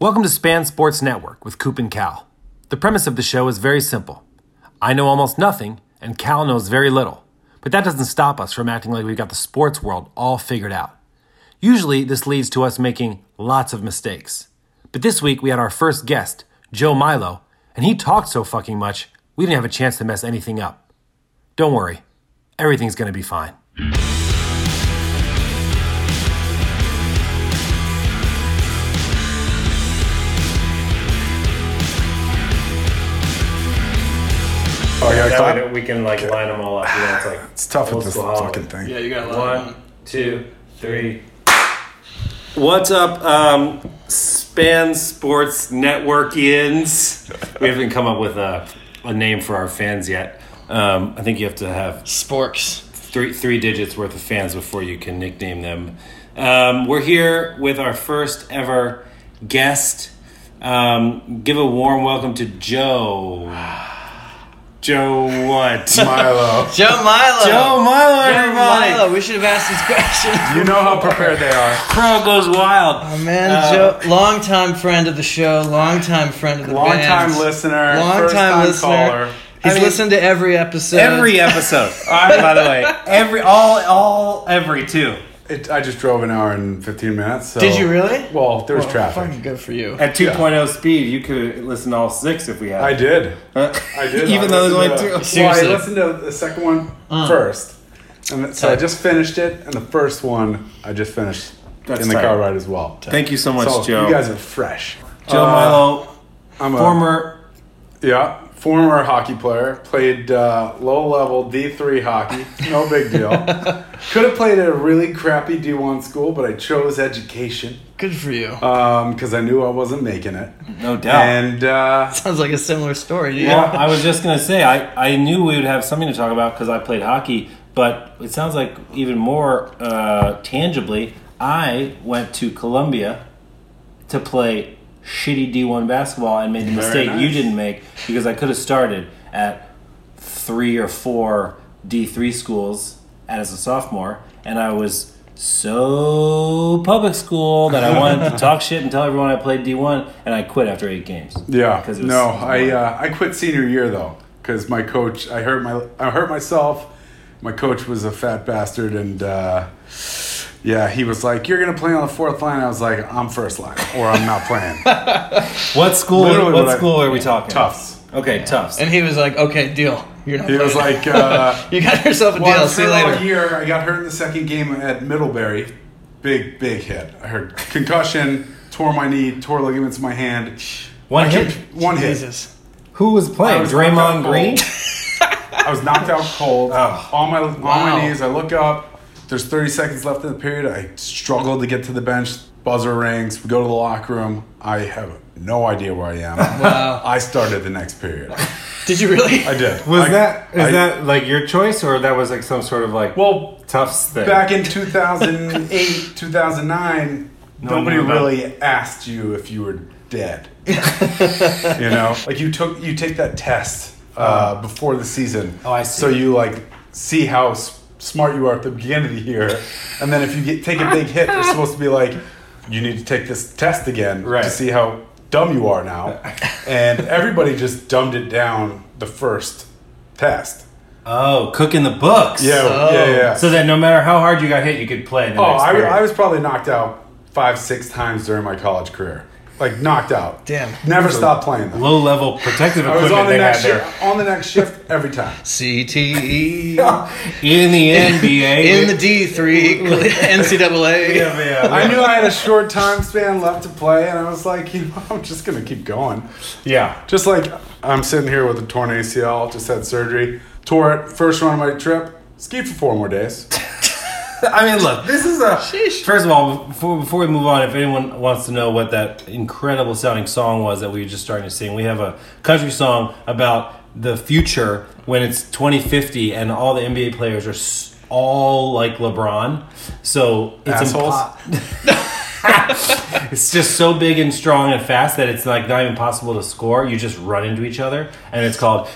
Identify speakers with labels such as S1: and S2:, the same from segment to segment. S1: Welcome to Span Sports Network with Coop and Cal. The premise of the show is very simple. I know almost nothing, and Cal knows very little, but that doesn't stop us from acting like we've got the sports world all figured out. Usually, this leads to us making lots of mistakes. But this week, we had our first guest, Joe Milo, and he talked so fucking much, we didn't have a chance to mess anything up. Don't worry, everything's gonna be fine.
S2: Oh, yeah,
S3: That
S2: clap.
S3: way that we can like line them all up. You know, it's like
S2: It's tough
S3: old
S2: with this
S3: school holiday.
S2: fucking thing.
S4: Yeah, you got a lot.
S3: One, two, three.
S1: What's up, um, Span Sports Networkians? We haven't come up with a, a name for our fans yet. Um, I think you have to have
S4: Sporks.
S1: three three digits worth of fans before you can nickname them. Um, we're here with our first ever guest. Um, give a warm welcome to Joe. Joe what?
S2: Milo.
S4: Joe Milo.
S1: Joe Milo,
S4: Joe
S1: everybody.
S4: Milo. We should have asked these questions.
S2: You know how prepared they are.
S1: Crow goes wild.
S4: Oh, man, Joe, longtime friend of the show, longtime friend of the
S2: Long time
S4: band.
S2: listener,
S4: Long
S2: first
S4: time
S2: time
S4: listener.
S2: caller.
S4: He's
S1: I mean-
S4: listened to every episode.
S1: Every episode. All right, by the way, every all all every two.
S2: It, I just drove an hour and 15 minutes. So.
S4: Did you really?
S2: Well, there was
S4: Well, Fucking
S2: traffic.
S4: good for you.
S1: At 2.0 speed, you could listen to all six if we had.
S2: I did. I did.
S1: Uh, Even though
S2: I listened
S1: there's only Uh.
S2: to-
S4: two-
S2: Well, I
S4: Seriously.
S2: listened to the second one first, And th- so I
S4: Tight.
S2: just finished it, and the first one I just finished
S1: That's
S2: in the
S1: tight.
S2: car ride as well.
S1: Thank you so much,
S2: so
S1: Joe.
S2: You guys are fresh.
S1: Joe
S2: Uh,
S1: Milo,
S2: I'm a
S1: former.
S2: Yeah, former hockey player. Played uh, low level D3 hockey. No big deal. Could have played at a really crappy D1 school, but I chose education
S4: Good for you.
S2: because I knew I wasn't making it.
S1: No doubt.
S2: And uh,
S4: Sounds like a similar story. to you.
S1: well, I was just gonna say I, I knew we would have something to talk about because I played hockey, but it sounds like even more uh, tangibly, I went to Columbia to play shitty D one basketball and made the mistake you
S2: nice.
S1: didn't make because I could have started at three or four D three schools as a sophomore, and I was so public school that I wanted to talk shit and tell everyone I played D one, and I quit after eight games.
S2: yeah,
S1: 'Cause it was-
S2: no, I uh, I quit senior year though because my coach. I hurt my I hurt myself. My coach was a fat bastard, and uh, yeah, he was like, "You're gonna play on the fourth line." I was like, "I'm first line, or I'm not playing."
S1: What school?
S2: Literally
S1: what
S2: what I-
S1: school are we talking?
S2: Tufts.
S1: Okay, Tufts.
S4: and he was like, okay, deal. You're not
S2: He was
S4: playing.
S2: like. Uh,
S4: you got yourself a
S2: Well,
S4: deal.
S2: I
S4: See you
S2: played all
S4: later.
S2: year. I got hurt in the second game at Middlebury. Big, big hit. I heard concussion, tore my knee, tore ligaments in my hand.
S1: One hit.
S2: One hit.
S4: Jesus.
S1: Who was playing?
S2: I was
S1: Draymond
S2: knocked out
S1: Green.
S2: I was knocked out cold. On my on
S4: Wow.
S2: my knees. I look up. There's 30 seconds left in the period. I struggled to get to the bench. Buzzer rings. We go to the locker room. I have no idea where I am.
S4: Wow.
S2: I started the next period.
S4: Did you really?
S2: I did.
S5: Was
S2: I-
S5: that is
S2: I-
S5: that like your choice or that was like some sort of like
S2: well?
S5: Tufts thing?
S2: Back in 2008, 2009,
S5: one
S2: nobody
S5: knew about
S2: really asked you if you were dead. you know, like you took you take that test uh, before the season.
S1: Oh, I see.
S2: So you like see how s- smart you are at the beginning of the year, and then if you get take a big hit, they're supposed to be like, you need to take this test again
S5: Right.
S2: to see how dumb you are now. and everybody just dumbed it down the first test.
S1: Oh, cooking the books. Oh.
S2: Yeah, yeah, yeah.
S1: So that no matter how hard you got hit, you could play. The
S2: Oh,
S1: next
S2: I,
S1: period.
S2: I was probably knocked out five, six times during my college career. Like knocked out.
S4: Damn.
S2: Never stopped playing them.
S1: low level protective
S2: I was on
S1: equipment
S2: the
S1: they had
S2: next
S1: there.
S2: shift, on the next shift every time.
S4: CTE.
S1: In the NBA,
S4: E In the D3, NCAA.
S2: I knew I had a short time span left to play, and I was like, you know, I'm just gonna keep going.
S5: yeah.
S2: Just like I'm sitting here with a torn ACL, just had surgery, tore it first run of my trip, skied for four more days.
S1: I mean, look, this is a. First of all, before, before we move on, if anyone wants to know what that incredible sounding song was that we were just starting to sing, we have a country song about the future when it's 2050 and all the NBA players are s- all like LeBron. So it's
S2: Assholes?
S1: impo- It's just so big and strong and fast that it's like not even possible to score. You just run into each other, and it's called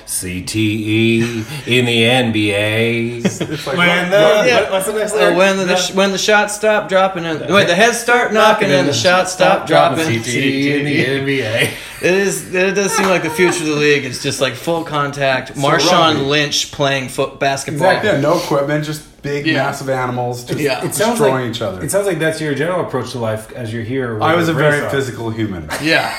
S1: CTE in the NBA.
S6: It's like,
S1: When
S6: what-
S1: the-
S6: what-
S4: yeah.
S6: what- what's the next
S4: Uh,
S6: lyric?
S4: when the, when the shots stop dropping and wait the heads start knocking and the shots stop dropping. E
S1: CTE in the NBA.
S4: It is. It does seem like the future of the league is just like full contact. Marshawn
S2: rugby.
S4: Lynch playing foot basketball.
S2: Exactly. Yeah, no equipment, just big, massive animals just
S4: Yeah. It
S6: sounds like-
S2: destroying each other.
S6: It sounds like that's your general approach to life as you're here. with
S2: I was a
S6: brace
S2: very
S6: on.
S2: physical human.
S4: Yeah.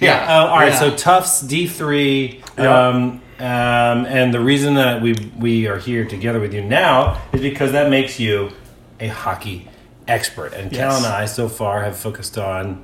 S1: Yeah.
S2: Oh,
S1: Uh, all right.
S4: Yeah.
S1: So Tufts D three.
S2: Yeah.
S1: Um, um, and the reason that we we are here together with you now is because that makes you a hockey expert. And Cal and I so far have focused on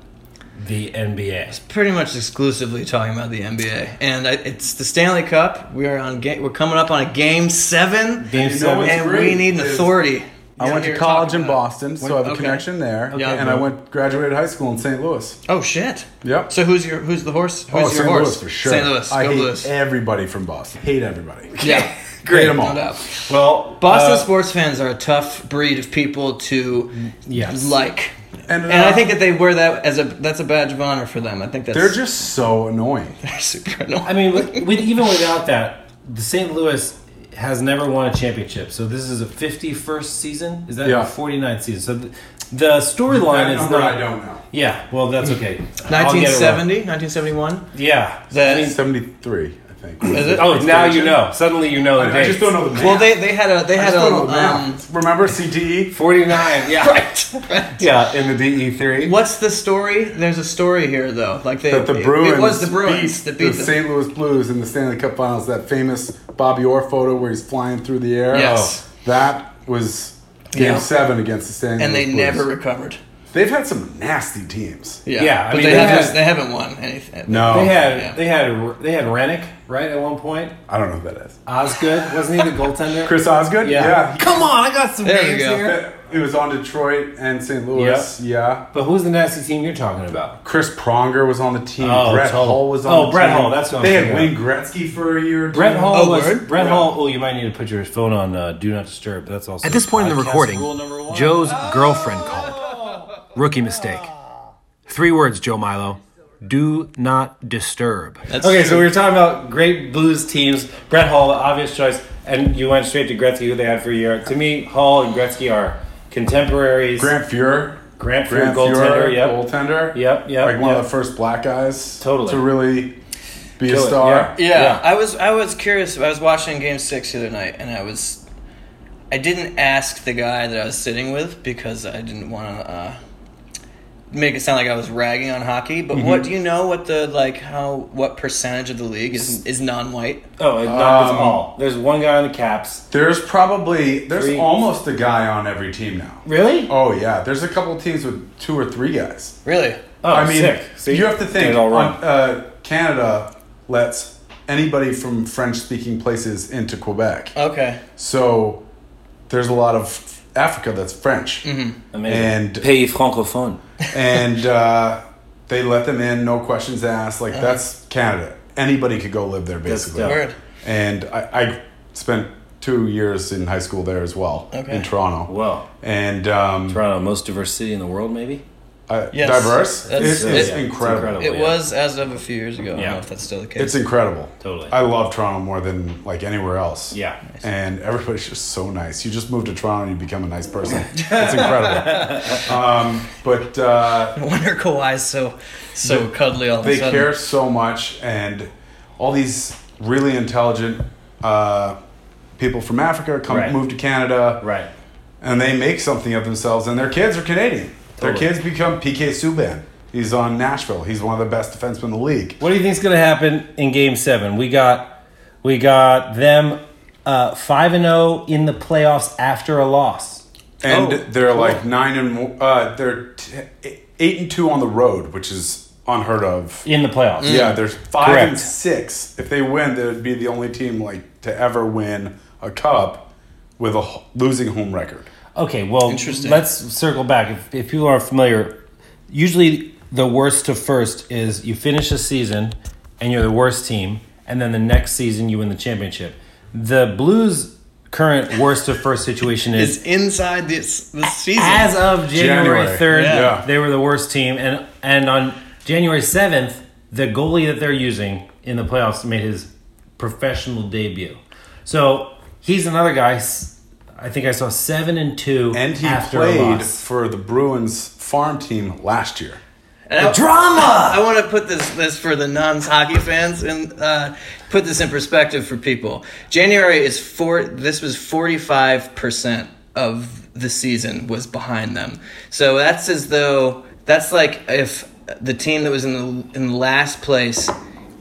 S1: the NBA.
S4: pretty much exclusively talking about the NBA, and I, it's the Stanley Cup. We are on. Ga- we're coming up on a game seven,
S1: Game
S2: know
S1: seven.
S2: what's
S4: and we
S2: great
S4: need an
S2: is-
S4: authority.
S2: I went to
S4: You're
S2: college
S4: talking
S2: in
S4: about-
S2: Boston, so I have a
S4: okay.
S2: connection there.
S4: Yeah.
S2: And I went graduated high school in St. Louis.
S4: Oh shit!
S2: Yep.
S4: So who's your who's the horse? Who's
S2: oh,
S4: your
S2: St.
S4: horse?
S2: Louis for sure.
S4: St. Louis.
S2: I
S4: Go
S2: hate
S4: Blues.
S2: everybody from Boston. Hate everybody.
S4: Yeah.
S2: Great. them all.
S4: No doubt.
S1: Well,
S4: Boston
S1: uh,
S4: sports fans are a tough breed of people to
S1: yes.
S4: like.
S2: And, uh,
S4: And I think that they wear that as a that's a badge of honor for them. I think that's
S2: they're just so annoying.
S4: super annoying.
S1: I mean, with, with even without that, the St. Louis has never won a championship. So this is a 51st season. Is that
S2: Yeah.
S1: a 49th season? So the, the storyline is not.
S2: know.
S1: Yeah. Well, that's okay. I'll get it wrong.
S4: 1970, 1971.
S1: Yeah.
S4: That-
S1: I mean,
S2: 73, I think.
S4: Is it?
S1: Oh, now you know. Suddenly you know the
S2: I
S1: date.
S2: just don't know the math.
S4: Well, they they had a they
S2: I
S4: had
S2: just
S4: a
S2: don't know the
S4: um,
S2: math. Remember E? CTE?
S1: 49, yeah. Yeah, in the E DE3.
S4: um, What's the story? There's a story here though. Like they,
S2: That the
S4: it-
S2: Bruins
S4: It, was the Bruins
S2: beat
S4: that beat
S2: the
S4: the
S2: St. Louis Blues in the Stanley Cup Finals. That famous Bobby Orr photo where he's flying through the air. Oh,
S4: Yes.
S2: That was Game
S4: Yeah.
S2: Seven against the Stanley.
S4: and
S2: Louis
S4: they
S2: Blues.
S4: never recovered.
S2: They've had some nasty teams.
S4: Yeah,
S1: Yeah, I
S4: but
S1: mean,
S4: they,
S1: they
S4: haven't
S1: had-
S4: they haven't won anything.
S2: No,
S1: They
S4: Yeah.
S1: had they had they had Rennick, right, at one point.
S2: I don't know who that is.
S1: Osgood, wasn't he the goaltender?
S2: Chris Osgood.
S1: Yeah. Come on, I got some
S4: There
S1: names
S4: you go.
S1: here.
S2: Yeah. It was on Detroit and St. Louis. Yeah.
S1: But who's the nasty team you're talking about?
S2: Chris Pronger was on the team.
S1: Oh,
S2: Brett
S1: totally.
S2: Hull was on
S1: Oh,
S2: the
S1: Brett
S2: team.
S1: Hull, that's what I'm
S2: They had
S1: thinking
S2: Wayne Gretzky for a year. or two.
S1: Brett Hall
S4: Oh,
S1: was
S4: word?
S1: Brett Hall. Oh, you might need to put your phone on uh, do not disturb. That's also
S7: At this point in the
S1: podcast
S7: recording,
S1: rule number one.
S7: Joe's girlfriend called. Rookie mistake. Three words, Joe Milo. Do not disturb.
S4: That's
S1: Okay, so we were talking about great Blues teams. Brett Hall, obvious choice, and you went straight to Gretzky, who they had for a year. To me, Hall and Gretzky are contemporaries.
S2: Grant Fuhr.
S1: Grant Fuhr,
S2: Grant
S1: goaltender.
S2: Fuhr,
S1: yep.
S2: goaltender.
S1: Yep, yep,
S2: Like one
S1: yep.
S2: of the first black guys.
S1: Totally.
S2: To really be
S1: Kill
S2: a
S1: it,
S2: star.
S1: yeah.
S4: Yeah, I was I was curious. I was watching Game Six the other night, and I was I didn't ask the guy that I was sitting with because I didn't want to uh, make it sound like I was ragging on hockey. But what do you know? What the like how what percentage of the league is is non-white?
S1: Oh, it's not it's
S2: Um,
S1: Hall. There's one guy on the Caps.
S2: There's probably there's
S1: Three.
S2: almost a guy on every team now.
S1: Really? Oh,
S2: Oh yeah, there's a couple teams with two or three guys.
S4: Really?
S2: I mean,
S1: Oh, sick. See?
S2: you have to
S1: Did
S2: think.
S1: it all wrong.
S2: on, uh, Canada lets anybody from French-speaking places into Quebec,
S4: Okay.
S2: so there's a lot of Africa that's French,
S1: Mm-hmm. Amazing.
S2: and
S1: Pays francophone.
S2: and uh, they let them in, no questions asked. Like that's Canada. Anybody could go live there, basically.
S1: dope.
S4: Word.
S2: And I, I spent two years in high school there as well
S4: Okay.
S2: in Toronto.
S1: Wow.
S2: and um,
S1: Toronto, most diverse city in the world, maybe?
S2: uh,
S4: Yes.
S2: diverse.
S4: That's-
S2: It's,
S4: that's-
S2: it's
S1: yeah, it's
S2: incredible.
S1: incredible.
S4: It
S1: yeah.
S4: was as of a few years ago. I don't
S1: Yeah.
S4: know if that's still the case.
S2: Oh, It's incredible.
S1: Totally.
S2: I love Toronto more than like anywhere else.
S1: Yeah. Nice.
S2: And everybody's just so nice. You just move to Toronto and you become a nice person. it's incredible. Um, but uh,
S4: no wonder Kawhi's so so cuddly all of a
S2: they
S4: sudden.
S2: care so much and all these really intelligent uh, people from africa come
S1: Right.
S2: move to canada
S1: Right.
S2: and they make something of themselves and their kids are canadian their
S1: Totally.
S2: kids become pk subban he's on nashville he's one of the best defensemen in the league
S1: What do you think's going to happen in Game Seven? We got, we got them uh, five and zero in the playoffs after a loss.
S2: and
S1: Oh,
S2: they're like nine and uh, they're t- eight and two on the road which is unheard of
S1: In the playoffs,
S2: yeah there's five and
S1: Mm. Correct.
S2: six if they win they'd be the only team like to ever win a cup with a h- losing home record
S1: Okay, well,
S4: Interesting.
S1: let's circle back. If, if people aren't familiar, usually the worst to first is you finish a season and you're the worst team, and then the next season you win the championship. The Blues current worst to first situation is.
S4: Is inside this the season.
S1: As of January
S2: January.
S1: third,
S2: Yeah.
S1: they were the worst team, and and on January seventh, the goalie that they're using in the playoffs made his professional debut. So he's another guy. s- I think I saw seven and two,
S2: And he
S1: after a
S2: played
S1: loss.
S2: for the Bruins farm team last year.
S4: And I-
S1: Drama.
S4: I want to put this this for the non hockey fans and uh, put this in perspective for people. January is four. This was forty five percent of the season was behind them. So that's as though that's like if the team that was in the in last place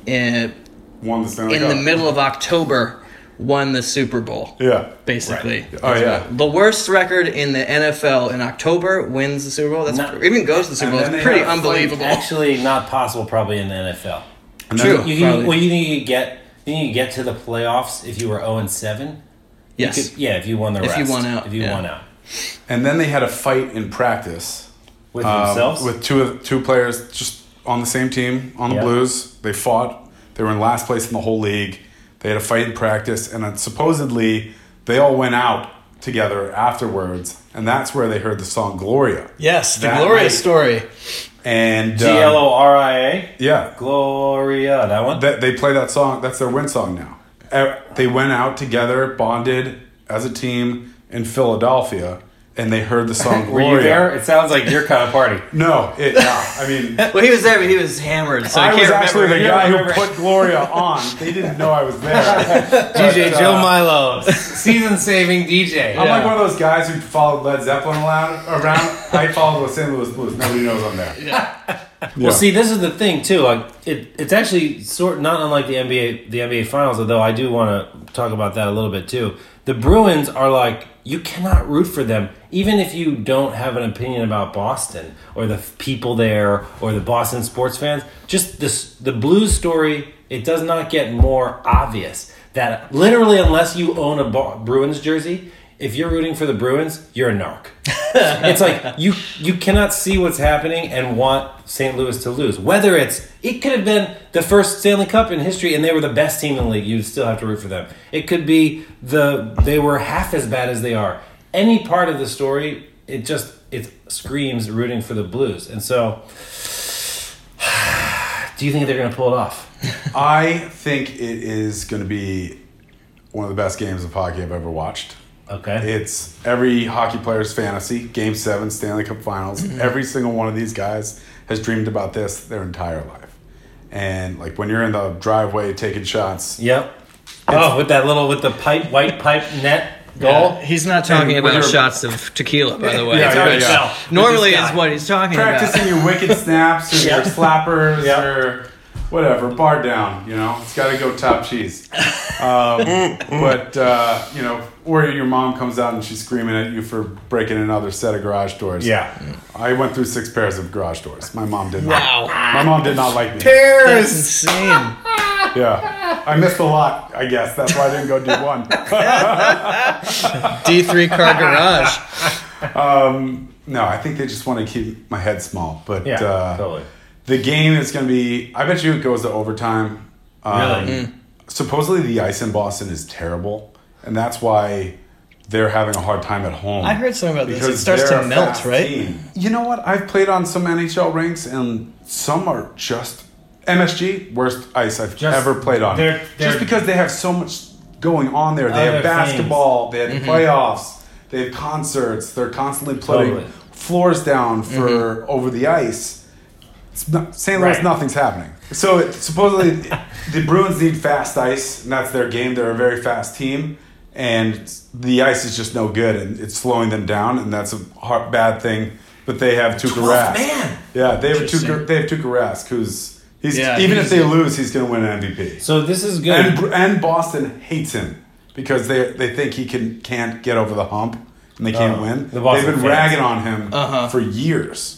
S4: in
S2: Won the Stanley
S4: in
S2: Cup.
S4: the middle of October won the Super Bowl.
S2: Yeah.
S4: Basically,
S2: Oh, yeah.
S4: the worst record in the NFL in October wins the Super Bowl. That's
S1: Not-
S4: even goes to the Super
S2: And
S4: Bowl.
S2: then
S4: It's
S2: they
S4: pretty
S2: have a fight.
S4: unbelievable.
S1: Actually, not possible probably in the NFL.
S2: And
S4: True.
S2: then-
S1: You, you, well, you need to get you need to get to the playoffs if you were zero and seven.
S4: yes.
S1: yeah, if you won the
S4: If
S1: rest.
S4: you won out,
S1: If you
S4: yeah.
S1: won out
S2: And then they had a fight in practice
S1: with
S2: um,
S1: themselves.
S2: with two of two players just on the same team on the
S1: Yeah.
S2: Blues. They fought. They were in last place in the whole league. They had a fight in practice, and then supposedly they all went out together afterwards, and that's where they heard the song "Gloria."
S4: Yes, the
S2: That
S4: glorious
S2: night.
S4: story.
S2: And um,
S1: G L O R I A.
S2: yeah,
S1: Gloria, that one.
S2: that they play that song. That's their win song now. Eh, They went out together, bonded as a team in Philadelphia, and they heard the song
S1: Were
S2: "Gloria."
S1: you there? It sounds like your kind of party.
S2: No, it, yeah, I mean.
S4: Well, he was there, but he was hammered, so
S2: I
S4: I, can't
S2: was
S4: remember.
S2: actually the
S1: You
S2: guy
S1: don't
S2: who
S1: remember.
S2: put Gloria on. They didn't know I was there.
S1: DJ
S2: But,
S1: Joe
S2: uh,
S1: Milo, season saving DJ.
S2: I'm like one of those guys who followed Led Zeppelin around. around. I followed with St. Louis Blues. Nobody knows I'm there. Yeah.
S1: Well, see, this is the thing too. Like, it, it's actually sort not unlike the NBA, the NBA Finals. Although I do want to talk about that a little bit too. The Bruins are like you cannot root for them, even if you don't have an opinion about Boston or the f- people there or the Boston sports fans. Just this, the Blues story. It does not get more obvious that literally, unless you own a Bo- Bruins jersey, if you're rooting for the Bruins, you're a narc it's like you you cannot see what's happening and want St. Louis to lose. Whether it's it could have been the first Stanley Cup in history and they were the best team in the league, you'd still have to root for them. It could be the they were half as bad as they are. Any part of the story, it just it screams rooting for the Blues. And so do you think they're going to pull it off?
S2: I think it is going to be one of the best games of hockey I've ever watched.
S1: Okay.
S2: It's every hockey player's fantasy. Game seven, Stanley Cup Finals.
S1: Mm-hmm.
S2: Every single one of these guys has dreamed about this their entire life. And like when you're in the driveway taking shots,
S1: Yep. Oh, with that little with the pipe white pipe net goal.
S4: Yeah, he's not talking
S2: And
S4: about
S2: we're-
S4: shots of tequila, by the way.
S2: Yeah, yeah,
S4: Which
S2: yeah.
S4: Normally is what he's talking
S2: practicing your wicked snaps or your slappers
S1: Yeah.
S2: or whatever bar down you know it's got to go top cheese um, but uh, you know or your mom comes out and she's screaming at you for breaking another set of garage doors
S1: Yeah.
S2: i went through six pairs of garage doors my mom did not
S4: about. Wow,
S2: my mom did not like me
S4: that's insane.
S2: yeah i missed a lot i guess that's why i didn't go do one
S4: D three car garage.
S2: um, no i think they just want to keep my head small but
S1: Yeah.
S2: uh,
S1: totally.
S2: The game is going to be. I bet you it goes to overtime. Um,
S1: Really? Mm.
S2: Supposedly, the ice in Boston is terrible, and that's why they're having a hard time at home.
S4: I heard something about this. It starts
S2: they're
S4: to
S2: a
S4: melt,
S2: fast
S4: right?
S2: team. You know what? I've played on some NHL rinks, and some are just MSG worst ice I've
S1: Just-
S2: ever played on.
S1: they're- they're-
S2: just because they have so much going on there. They
S1: Other Mm-hmm.
S2: have basketball. They have playoffs. They have concerts. They're constantly putting
S1: Totally. Mm-hmm.
S2: floors down for over the ice. It's not, St. Louis,
S1: Right.
S2: nothing's happening. So it, supposedly, the Bruins need fast ice, and that's their game. They're a very fast team, and the ice is just no good, and it's slowing them down, and that's a hard, bad thing. But they have Tuukka Rask.
S1: man.
S2: Yeah, they have a Tuukka.
S4: Interesting.
S2: They have Tuukka Rask, who's he's
S4: Yeah,
S2: even
S4: he's-
S2: if they lose, he's going to win an MVP.
S1: So this is good.
S2: And Br- and Boston hates him because they they think he can can't get over the hump and they can't
S1: Oh,
S2: win.
S1: the Boston
S2: They've been
S1: fans.
S2: ragging on him
S1: Uh-huh.
S2: for years.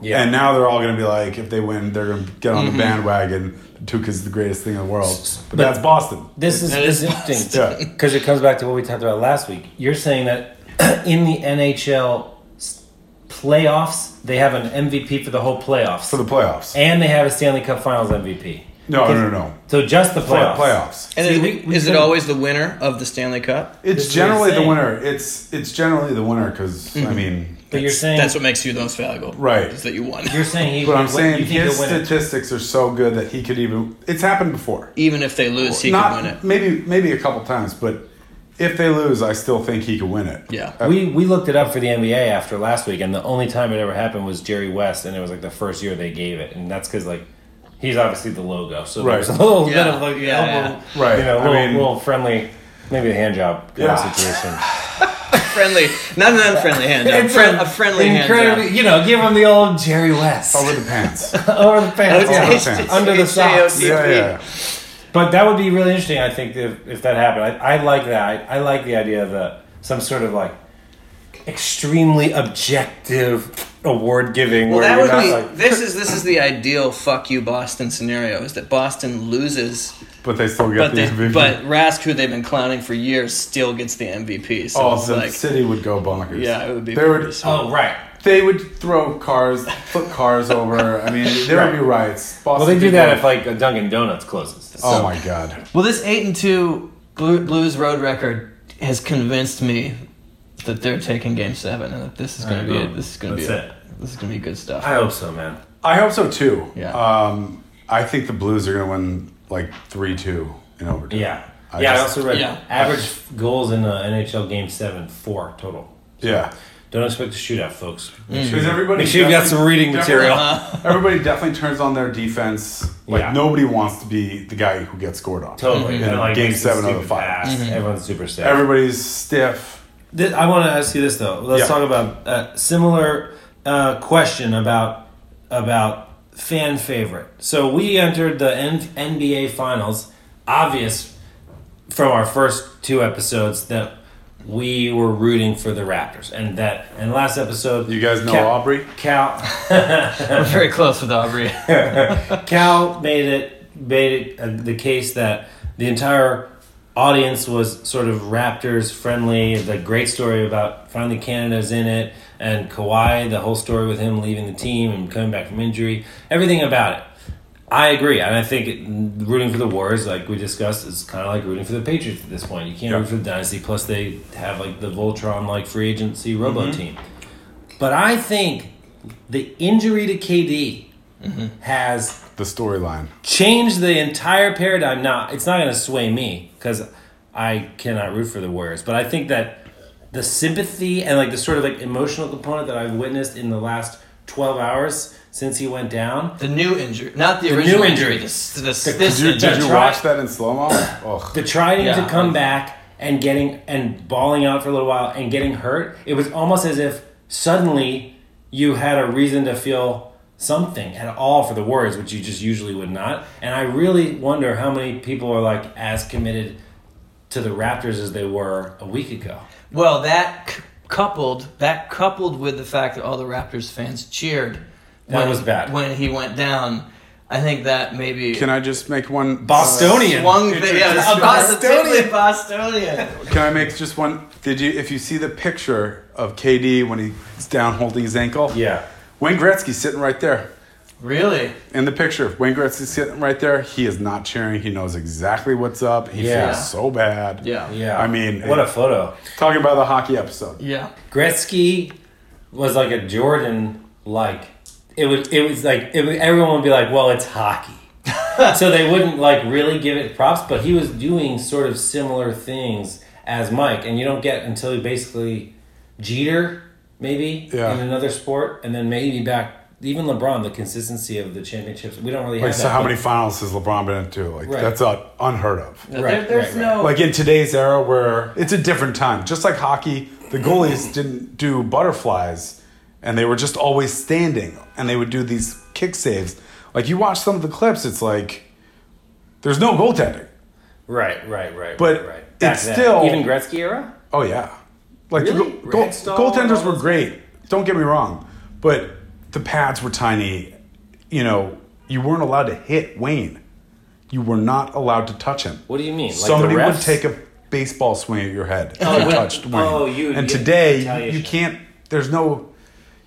S1: Yeah.
S2: And now they're all going to be like, if they win, they're going to get
S1: Mm-hmm.
S2: on the bandwagon. Tuca's the greatest thing in the world. But, that's Boston.
S1: This is
S4: That is
S1: this is interesting
S2: Yeah.
S1: because it comes back to what we talked about last week. You're saying that in the NHL s- playoffs, they have an MVP for the whole playoffs,
S2: For the playoffs.
S1: and they have a Stanley Cup Finals MVP.
S2: No, no, no, no.
S1: So just the playoffs.
S2: Playoffs.
S4: And
S1: See,
S4: is,
S1: we- we
S4: is it
S1: couldn't-
S4: always the winner of the Stanley Cup?
S2: It's
S1: That's what I'm
S2: generally the
S1: saying. Mm-hmm.
S2: winner. It's it's generally the winner because I mean,
S1: But you're saying
S4: That's what makes you the most valuable,
S2: Right.
S4: Is that you won,
S1: you're saying he.
S2: but I'm
S1: what
S2: saying
S1: you think
S2: his
S1: he'll win it.
S2: statistics are so good that he could even. It's happened before.
S4: even if they lose, he could win it.
S2: maybe maybe a couple times, but if they lose, I still think he could win it.
S4: Yeah.
S1: We we looked it up for the NBA after last week, and the only time it ever happened was Jerry West, and it was like the first year they gave it, and that's because like he's obviously the logo, so
S2: Right.
S1: there's a little
S4: Yeah,
S1: bit of like
S4: yeah,
S1: elbow,
S2: yeah.
S1: you know,
S2: Right, I
S1: little,
S2: mean-
S1: little friendly, maybe a hand job kind
S2: Yeah.
S1: of situation.
S4: friendly, not an unfriendly hand job, friend, a friendly hand
S1: incredibly,
S4: job.
S1: you know, give him the old Jerry West
S2: Over the pants.
S1: over the pants,
S2: Oh,
S1: yeah.
S2: it's- it's-
S1: under the
S4: it's J O
S1: socks.
S4: C P.
S2: yeah, yeah.
S1: But that would be really interesting, I think, if, if that happened. I, I like that. I, I like the idea of the, some sort of like extremely objective award giving.
S4: Well,
S1: where
S4: that
S1: you're
S4: would
S1: not
S4: be.
S1: like,
S4: this is this is the ideal "fuck you" Boston scenario. Is that Boston loses,
S2: But they still
S4: but
S2: get the
S4: they,
S2: MVP.
S4: but Rask, who they've been clowning for years, still gets the MVP. So
S2: oh,
S4: it's
S2: the
S4: like,
S2: city would go bonkers.
S4: yeah, it would be.
S2: They would,
S4: pretty sweet.
S1: oh, right.
S2: they would throw cars, flip cars over. I mean, there would be riots. Boston
S1: Well, they do
S2: people-
S1: that if like a Dunkin' Donuts closes. So.
S2: Oh my god!
S4: Well, this eight and two Blue- Blues road record has convinced me that they're taking Game Seven, and that this is going to be
S1: know.
S4: it. This is going to be
S1: That's
S4: Oh, it. This is going to be good stuff.
S1: I hope so, man.
S2: I hope so too.
S4: Yeah.
S2: Um, I think the Blues are going to win like three two in overtime.
S1: Yeah.
S2: I
S1: yeah,
S2: just-
S1: I also read
S4: Yeah.
S1: average goals in uh, NHL game seven, four total.
S2: Yeah.
S1: Don't expect a shootout, folks.
S4: Hmm.
S2: Because
S1: Hmm.
S2: everybody,
S1: Make sure you've got
S2: definitely-
S1: some reading
S2: definitely-
S1: material.
S2: Everybody definitely turns on their defense. Like
S1: Yeah.
S2: nobody wants to be the guy who gets scored on.
S1: Totally.
S2: Mhm.
S1: And, like,
S2: Game
S1: makes a
S2: seven out of
S1: stupid
S2: five.
S1: pass.
S4: Mm-hmm.
S1: Everyone's super safe.
S2: Everybody's stiff.
S1: Th- I want to ask you this though. Let's
S2: Yeah.
S1: talk about a similar uh, question about about fan favorite. So we entered the N- NBA Finals. Obvious from our first two episodes that we were rooting for the Raptors, and that and last episode
S2: You guys know
S1: Cal,
S2: Aubrey.
S1: Cal
S4: We're very close with Aubrey.
S1: Cal made it made it uh, the case that the entire audience was sort of Raptors friendly. The great story about finally Canada's in it and Kawhi, the whole story with him leaving the team and coming back from injury, everything about it. I agree, and I think it, rooting for the Warriors, like we discussed, is kind of like rooting for the Patriots at this point. You can't root for the dynasty. Plus, they have like the Voltron-like free agency robo team. But I think the injury to KD has
S2: The storyline.
S1: change the entire paradigm. Now, it's not going to sway me because I cannot root for the Warriors, but I think that the sympathy and like the sort of like emotional component that I've witnessed in the last 12 hours since he went down.
S4: The new injury, not the, original
S1: new
S4: injury.
S1: injury.
S4: This, this,
S1: The-
S4: this
S1: the-
S2: Did you,
S4: injury.
S2: did you
S1: try-
S2: watch that in slow mo? Ugh.
S1: The trying
S4: Yeah.
S1: to come back and getting and bawling out for a little while and getting hurt, it was almost as if suddenly you had a reason to feel something at all for the Warriors, which you just usually would not. And I really wonder how many people are like as committed to the Raptors as they were a week ago.
S4: Well, that c- coupled that coupled with the fact that all the Raptors fans cheered.
S1: That was bad.
S4: when he went down. I think that maybe
S2: Can I just make one? uh,
S1: Bostonian.
S4: swung the yeah,
S2: Introduce-
S4: a positively Bostonian.
S2: Can I make just one? Did you? If you see the picture of KD when he's down holding his ankle,
S1: Yeah.
S2: Wayne Gretzky's sitting right there.
S4: Really?
S2: in the picture. Wayne Gretzky's sitting right there. He is not cheering. He knows exactly what's up. He
S1: Yeah.
S2: feels so bad.
S4: Yeah.
S1: Yeah.
S2: I mean-
S1: what a photo.
S2: Talking about the hockey episode.
S4: Yeah.
S1: Gretzky was like a Jordan like. It would. It was like it would, everyone would be like, "Well, it's hockey," so they wouldn't like really give it props. But he was doing sort of similar things as Mike, and you don't get until you basically Jeter maybe
S2: Yeah.
S1: in another sport, and then maybe back even LeBron. The consistency of the championships, we don't really
S2: Like,
S1: have
S2: so
S1: that,
S2: how
S1: but-
S2: many finals has LeBron been to? Like,
S1: Right.
S2: that's uh, unheard of.
S1: Right,
S4: there, there's
S1: right, right.
S4: no.
S2: Like, in today's era where it's a different time. Just like hockey, the goalies didn't do butterflies and they were just always standing and they would do these kick saves. Like, you watch some of the clips, it's like, there's no goaltending.
S1: Right, right, right.
S2: But
S1: right, right.
S2: it's still-
S1: even Gretzky era.
S2: Oh yeah, like
S1: Really?
S2: the go-
S1: Ragdoll,
S2: goal- goaltenders
S1: all
S2: were
S1: those-
S2: great. Don't get me wrong, but the pads were tiny. You know, you weren't allowed to hit Wayne. You were not allowed to touch him.
S1: What do you mean? Like the
S2: Somebody would
S1: refs?
S2: take a baseball swing at your head if
S1: Oh,
S2: you
S1: yeah.
S2: touched Wayne.
S1: Oh, you would
S2: and
S1: get
S2: today you
S1: retaliation.
S2: can't. There's no.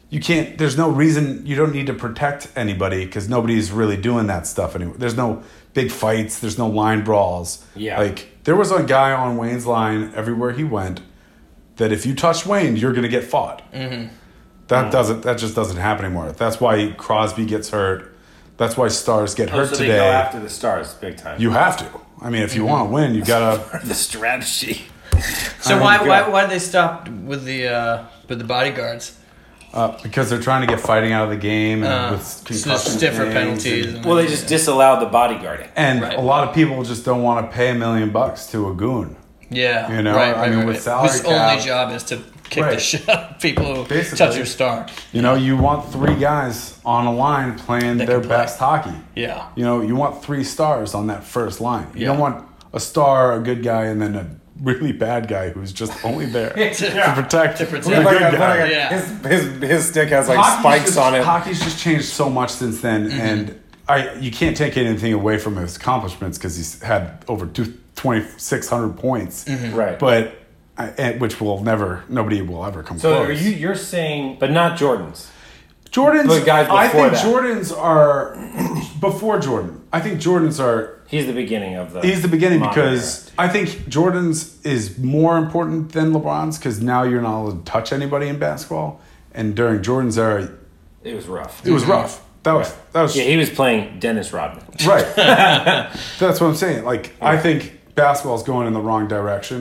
S2: you can't. There's no reason you don't need to protect anybody because nobody's really doing that stuff anymore. There's no big fights. There's no line brawls.
S8: Yeah.
S2: Like there was a guy on Wayne's line everywhere he went that if you touch Wayne, you're gonna get fought. That doesn't. That just doesn't happen anymore. That's why Crosby gets hurt. That's why stars get hurt
S1: Oh, so
S2: today.
S1: they go after the stars big time.
S2: you have to. I mean, if you want to win, you gotta.
S1: the strategy.
S4: So
S2: Oh,
S4: why,
S2: God.
S4: why why did they stop with the uh, with the bodyguards?
S2: Uh, because they're trying to get fighting out of the game and
S4: Uh,
S2: with
S4: so
S2: concussion
S4: there's stiffer
S2: things
S4: penalties.
S2: And,
S4: and-
S1: Well, they just disallowed the bodyguarding.
S2: and
S4: Right.
S2: a lot of people just don't want to pay a million bucks to a goon.
S4: yeah,
S2: you know,
S4: right,
S2: I
S4: right,
S2: mean,
S4: right,
S2: with
S4: right.
S2: salary
S4: Whose
S2: cap-
S4: only job is to kick the
S2: Right.
S4: shit out of people who touch
S2: Basically.
S4: your star.
S2: You know, you want three guys on a line playing
S4: That
S2: their
S4: can play.
S2: best hockey.
S4: Yeah,
S2: You know, you want three stars on that first line. You don't
S4: Yeah.
S2: want a star, a good guy, and then a really bad guy who's just only there
S4: Yeah.
S2: to protect
S4: To protect.
S2: the
S4: Like
S2: good
S4: a-
S2: guy.
S4: like a- Yeah.
S9: His, his, his stick has like
S2: Hockey's
S9: spikes
S2: just-
S9: on it.
S2: Hockey's just changed so much since then,
S4: Mm-hmm.
S2: and I you can't take anything away from his accomplishments because he's had over two- 2,600 points,
S4: Mm-hmm.
S1: Right.
S2: But I, and, which will never, nobody will ever come
S1: So
S2: close.
S1: are you you're saying, but not Jordan's.
S2: Jordan's,
S1: The guys
S2: I
S1: before
S2: think
S1: that.
S2: Jordan's are before Jordan. I think Jordan's are
S1: He's the beginning of the.
S2: he's the beginning
S1: modern
S2: because I think Jordan's is more important than LeBron's because now you're not allowed to touch anybody in basketball, and during Jordan's era,
S1: era. it was rough.
S2: it was rough. That was that was
S1: Yeah, he was playing Dennis Rodman.
S2: Right. That's what I'm saying. Like, I think basketball's going in the wrong direction.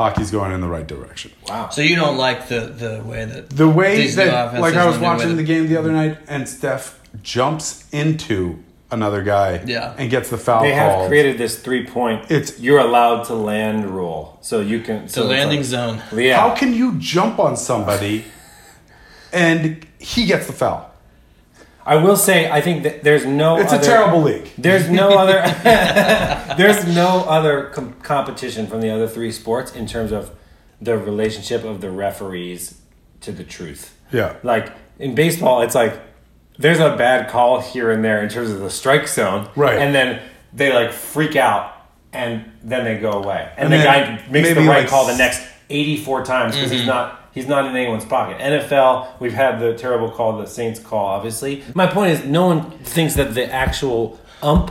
S2: Hockey's going in the right direction.
S4: So you don't like the the way that
S2: The way
S4: these new
S2: that,
S4: offenses
S2: like, I was
S4: and new way
S2: watching
S4: that-
S2: the game the other night, and Steph jumps into another guy
S4: Yeah.
S2: and gets the foul
S1: They have
S2: called.
S1: created this three point.
S2: It's-
S1: you're allowed to land rule, so you can
S4: the
S1: so it's
S4: landing
S1: like-
S4: zone.
S1: Yeah,
S2: How can you jump on somebody and he gets the foul?
S1: I will say I think that there's no.
S2: It's
S1: other-
S2: a terrible league.
S1: There's no other. there's no other com- competition from the other three sports in terms of the relationship of the referees to the truth.
S2: Yeah.
S1: Like in baseball, it's like there's a bad call here and there in terms of the strike zone,
S2: Right.
S1: And then they like freak out, and then they go away, and,
S2: And
S1: the
S2: then
S1: guy makes the
S2: maybe,
S1: right
S2: like,
S1: call the next 84 times because
S4: Mm-hmm.
S1: he's not. He's not in anyone's pocket. NFL, we've had the terrible call, the Saints call, obviously. My point is, no one thinks that the actual ump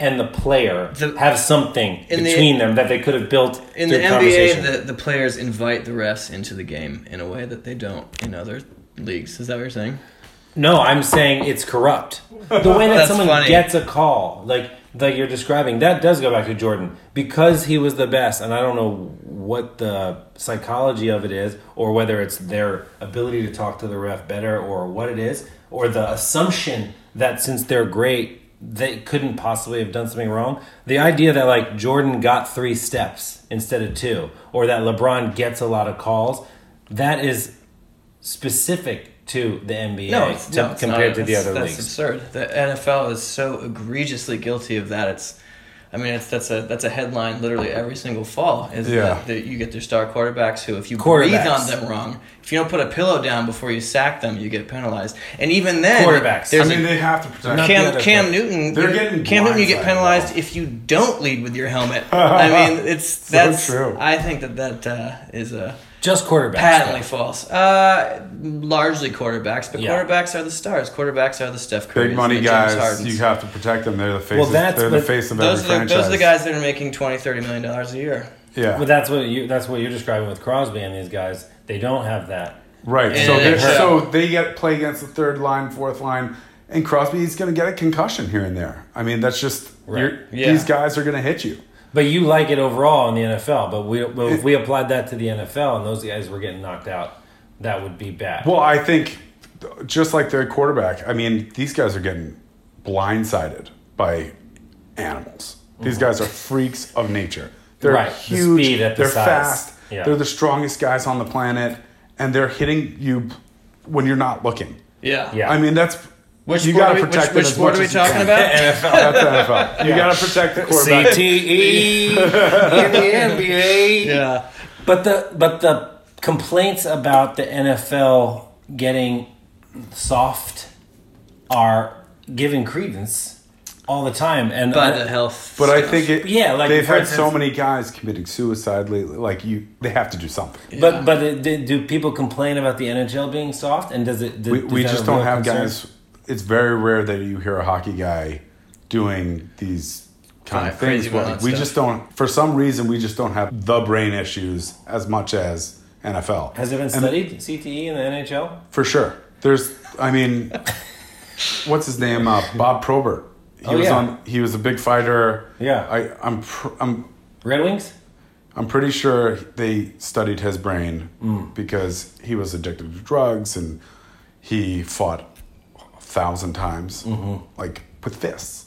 S1: and the player
S4: The-
S1: have something
S4: In the-
S1: between them that they could have built
S4: In the
S1: through conversation.
S4: NBA, the, the players invite the refs into the game in a way that they don't in other leagues. Is that what you're saying?
S1: No, I'm saying it's corrupt. The way that
S4: That's
S1: someone
S4: funny.
S1: gets a call, like like you're describing, that does go back to Jordan because he was the best, and I don't know what the psychology of it is, or whether it's their ability to talk to the ref better, or what it is, or the assumption that since they're great, they couldn't possibly have done something wrong. The idea that like Jordan got three steps instead of two, or that LeBron gets a lot of calls, that is specific to the NBA to- compared to the
S4: That's-
S1: other
S4: that's
S1: leagues.
S4: absurd. The NFL is so egregiously guilty of that. It's, I mean, it's, that's a that's a headline literally every single fall. Is
S2: Yeah.
S4: that, that you get their star quarterbacks who, if you breathe
S1: Quarterbacks.
S4: on them wrong, if you don't put a pillow down before you sack them, you get penalized. And even then,
S1: Quarterbacks.
S4: there's
S2: I mean,
S4: a-
S2: they have to protect.
S1: the other
S4: Cam, Cam
S1: player.
S4: Newton,
S2: They're
S4: you're-
S2: getting
S4: Cam Newton, you get
S2: blindsided,
S4: penalized if you don't lead with your helmet. I mean, it's that's
S2: true.
S4: I think that that uh, is a
S1: Just quarterbacks.
S4: patently false. Uh, largely quarterbacks, but
S1: Yeah.
S4: quarterbacks are the stars. Quarterbacks are the Steph Currys,
S2: Big money
S4: and the James
S2: guys,
S4: Hardens.
S2: you have to protect them. They're the faces.
S1: Well, that's-
S2: They're the
S1: but
S2: face of
S4: those
S2: every
S4: are the,
S2: franchise.
S4: those are the guys that are making 20 30 million dollars a year.
S2: Yeah.
S1: But that's what you that's what you're describing with Crosby and these guys. They don't have that.
S2: Right.
S4: And
S2: so
S4: it
S2: they
S4: hurt.
S2: so they get play against the third line, fourth line, and Crosby's going to get a concussion here and there. I mean, that's just you're,
S4: Yeah.
S2: these guys are going to hit you.
S1: But you like it overall in the NFL. But we well, if we applied that to the NFL and those guys were getting knocked out, that would be bad.
S2: Well, I think just like their quarterback, I mean, these guys are getting blindsided by animals. These guys are freaks of nature. They're
S1: Right, the
S2: huge.
S1: speed at the
S2: they're
S1: size.
S2: fast.
S1: Yeah.
S2: They're the strongest guys on the planet, and they're hitting you when you're not looking.
S4: Yeah.
S1: Yeah.
S2: I mean, that's
S4: Which
S2: you
S4: sport
S2: got
S4: are
S2: to
S4: we, which,
S2: protect them
S4: which
S2: as
S4: sport
S2: much
S4: are we
S2: as you
S4: talking
S2: can.
S4: about?
S1: NFL.
S2: That's NFL. You got to protect the quarterback.
S1: CTE E in the NBA.
S4: yeah.
S1: But the but the complaints about the NFL getting soft are given credence all the time, and
S4: by
S1: I-
S4: the health.
S2: But I
S4: stuff.
S2: think it,
S1: Yeah, like,
S2: they've
S1: for
S2: had so
S1: instance-
S2: many guys committing suicide lately. Like you, they have to do something.
S1: But but it, do- do people complain about the NHL being soft? And does it? do-
S2: We,
S1: is
S2: we
S1: that
S2: just
S1: a
S2: don't
S1: real
S2: have
S1: concern?
S2: guys. It's very rare that you hear a hockey guy doing these kind of
S4: Right, crazy
S2: things. Well,
S4: violent
S2: we
S4: stuff.
S2: just don't. For some reason, we just don't have the brain issues as much as NFL.
S1: Has it been
S2: And
S1: studied CTE in the NHL?
S2: for sure? There's. I mean, what's his name? Uh, Bob Probert. He
S1: Oh,
S2: was
S1: yeah.
S2: on. He was a big fighter.
S1: Yeah.
S2: I, I'm. Pr- I'm
S1: Red Wings.
S2: I'm pretty sure they studied his brain
S1: Mm.
S2: because he was addicted to drugs and he fought a thousand times, like with fists.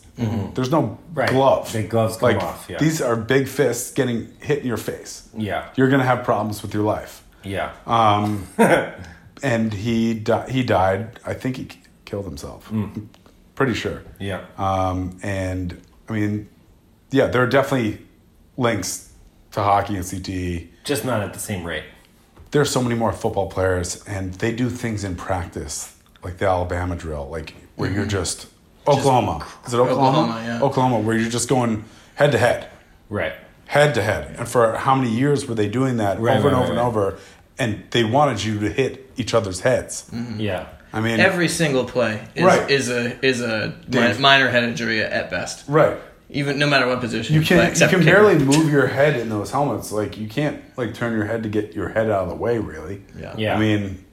S2: There's no
S1: Mm-hmm. Right.
S2: glove.
S1: The gloves come off, yeah.
S2: These are big fists getting hit in your face.
S1: Yeah.
S2: You're gonna have problems with your life.
S1: Yeah.
S2: Um, and he di- he died. I think he k- killed himself. I'm pretty sure.
S1: yeah.
S2: Um, and I mean, yeah, there are definitely links to hockey and CTE.
S1: Just not at the same rate.
S2: There's so many more football players, and they do things in practice, like the Alabama drill, like where you're just Oklahoma. Is it Oklahoma?
S4: Oklahoma, yeah.
S2: Oklahoma, where you're just going head to head,
S1: Right.
S2: head to head. And for how many years were they doing that
S1: Right,
S2: over and
S1: right,
S2: over and
S1: right,
S2: over? And they wanted you to hit each other's heads.
S4: Mm-hmm.
S1: Yeah.
S2: I mean,
S4: every single play is,
S2: Right.
S4: is a is a
S2: Dave.
S4: mi- minor head injury at best.
S2: right.
S4: Even no matter what position
S2: You can
S4: play,
S2: you
S4: except
S2: can
S4: kicker.
S2: barely move your head in those helmets. Like you can't like turn your head to get your head out of the way. Really.
S4: Yeah.
S1: Yeah.
S2: I mean,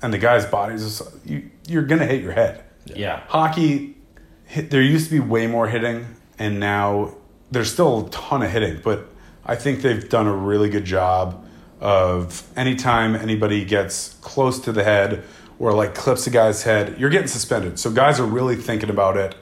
S2: and the guy's bodies is you you're gonna hit your head.
S1: Yeah.
S2: Hockey, hit, there used to be way more hitting, and now there's still a ton of hitting. But I think they've done a really good job of anytime anybody gets close to the head or like clips a guy's head, you're getting suspended. So guys are really thinking about it.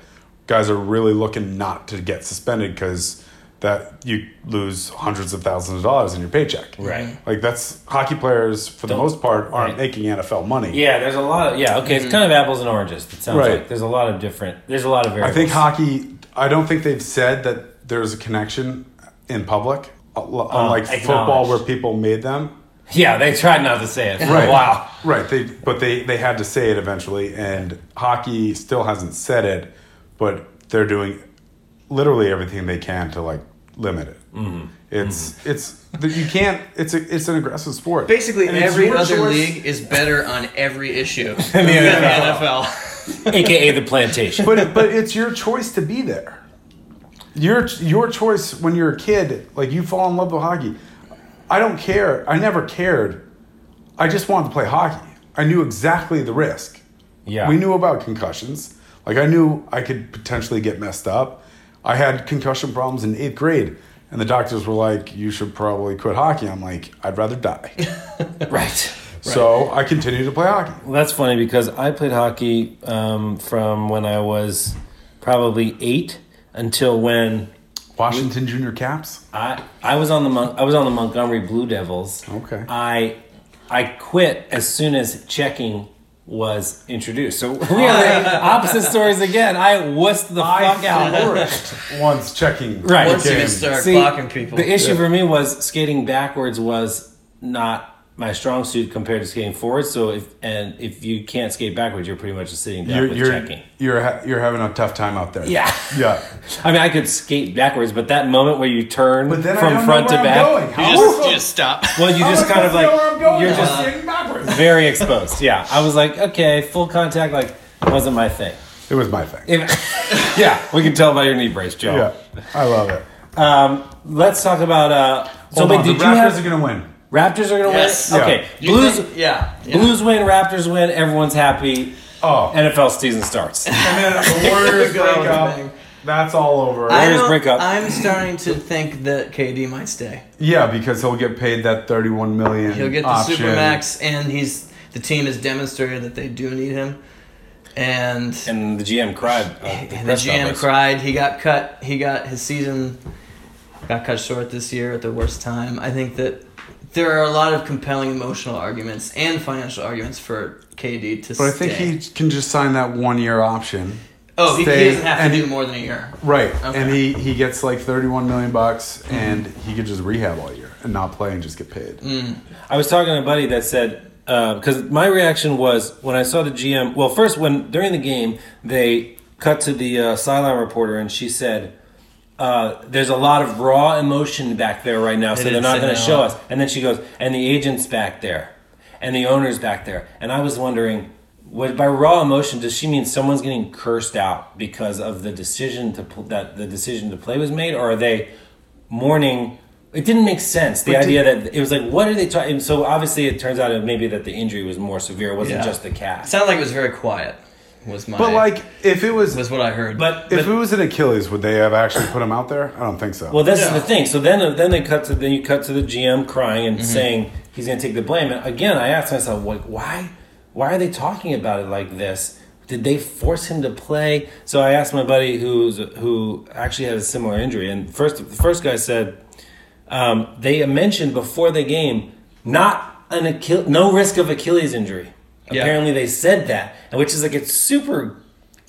S2: Guys are really looking not to get suspended because that you lose hundreds of thousands of dollars in your paycheck.
S1: Right.
S2: Like that's hockey players for the most part aren't
S1: right.
S2: making NFL money.
S1: Yeah. There's a lot of yeah. Okay.
S4: Mm-hmm.
S1: It's kind of apples and oranges. It sounds
S2: Right.
S1: like there's a lot of different. There's a lot of
S2: I
S1: variables.
S2: think hockey. I don't think they've said that there's a connection in public, uh, unlike football
S1: acknowledged.
S2: where people made them.
S1: Yeah. They tried not to say it. For A while.
S2: Right. They but they they had to say it eventually, and hockey still hasn't said it, but they're doing literally everything they can to like limit it. It's it's you can't. It's a it's an aggressive sport.
S4: Basically,
S2: And it's
S4: every
S2: your
S4: other
S2: choice.
S4: league is better on every issue than the NFL.
S1: AKA the plantation.
S2: but but it's your choice to be there. Your your choice when you're a kid, like you fall in love with hockey. I don't care. I never cared. I just wanted to play hockey. I knew exactly the risk.
S1: Yeah.
S2: We knew about concussions. Like I knew I could potentially get messed up. I had concussion problems in eighth grade, and the doctors were like, "You should probably quit hockey." I'm like, "I'd rather die."
S1: Right.
S2: So I continued to play hockey.
S1: Well, that's funny because I played hockey um, from when I was probably eight until when
S2: Washington Junior Caps.
S1: I I was on the Mon- I was on the Montgomery Blue Devils.
S2: Okay.
S1: I I quit as soon as checking was introduced. So we are the opposite stories again. I wussed the fuck out.
S2: flourished once checking.
S1: Right.
S4: Once you
S2: Again.
S4: can start
S1: See,
S4: blocking people,
S1: The issue for me was skating backwards was not my strong suit compared to skating forward. So if and if you can't skate backwards, you're pretty much just sitting down
S2: you're
S1: with
S2: you're
S1: checking.
S2: you're ha- you're having a tough time out there.
S1: Yeah.
S2: yeah.
S1: I mean, I could skate backwards, but that moment where you turn
S2: But then I
S1: from
S2: don't
S1: front
S2: know
S1: to
S2: where
S1: back,
S2: I'm going. How
S4: you
S2: am I
S4: just,
S2: supposed-
S4: you just stop.
S1: well, you
S2: how am
S1: just
S2: I
S1: kind of
S2: supposed to know where I'm
S1: like
S2: going?
S1: you're
S2: I'm
S1: just
S2: sitting backwards.
S1: very exposed. Yeah, I was like, okay, full contact, like wasn't my thing.
S2: It was my thing.
S1: If, yeah, we can tell by your knee brace, Joe.
S2: yeah, I love it.
S1: Um, let's talk about. Uh, so,
S2: Hold
S1: wait,
S2: on,
S1: did
S2: the
S1: you
S2: Raptors
S1: have
S2: are gonna win.
S1: Raptors are gonna
S4: Yes.
S1: win?
S2: Yeah.
S1: Okay,
S4: You
S1: Blues.
S4: think- yeah, yeah.
S1: Blues win, Raptors win, everyone's happy.
S2: Oh, and,
S1: NFL season starts.
S2: then the Warriors
S4: Go
S2: break
S4: bang.
S2: up. That's all over.
S4: I
S1: Warriors
S4: don't-
S1: break up.
S4: I'm starting to think that KD might stay.
S2: yeah, because he'll get paid that thirty-one million.
S4: He'll get the
S2: option.
S4: supermax, and he's the team has demonstrated that they do need him. And,
S1: and the GM cried. Uh,
S4: and the
S1: press
S4: GM
S1: conference.
S4: cried. He got cut. He got his season got cut short this year at the worst time. I think that there are a lot of compelling emotional arguments and financial arguments for KD to
S2: But I think
S4: stay.
S2: he can just sign that one-year option.
S4: oh he, he
S2: stay-
S4: doesn't have
S2: and
S4: to do
S2: he-
S4: more than a year.
S2: Right,
S4: Okay.
S2: and he, he gets like thirty-one million bucks, and
S1: Mm-hmm.
S2: he could just rehab all year and not play and just get paid.
S1: I was talking to a buddy that said uh, because my reaction was when I saw the GM. Well, first when during the game they cut to the uh, sideline reporter, and she said, uh, "There's a lot of raw emotion back there right now, so they're
S4: didn't
S1: not
S4: say
S1: going to
S4: no.
S1: show us." And then she goes, "And the agent's back there, and the owner's back there." And I was wondering, what, by raw emotion, does she mean someone's getting cursed out because of the decision to pl- that the decision to play was made, or are they mourning? It didn't make sense. The idea that it was like, what are they talking? So obviously, it turns out it maybe that the injury was more severe. It wasn't
S4: Yeah.
S1: just the
S4: It
S1: cast.
S4: sounded like it was very quiet. Was my
S2: But like, if it was,
S4: was what I heard.
S1: But
S2: if it was an Achilles, would they have actually put him out there? I don't think so.
S1: Well, this
S4: Yeah.
S1: is the thing. So then, then they cut to then you cut to the GM crying and saying he's going to take the blame. And again, I asked myself, like, why, why are they talking about it like this? Did they force him to play? So I asked my buddy who's who actually had a similar injury, and first the first guy said um, they mentioned before the game not an Achilles, no risk of Achilles injury.
S4: Yeah.
S1: Apparently, they said that, and which is like it's super.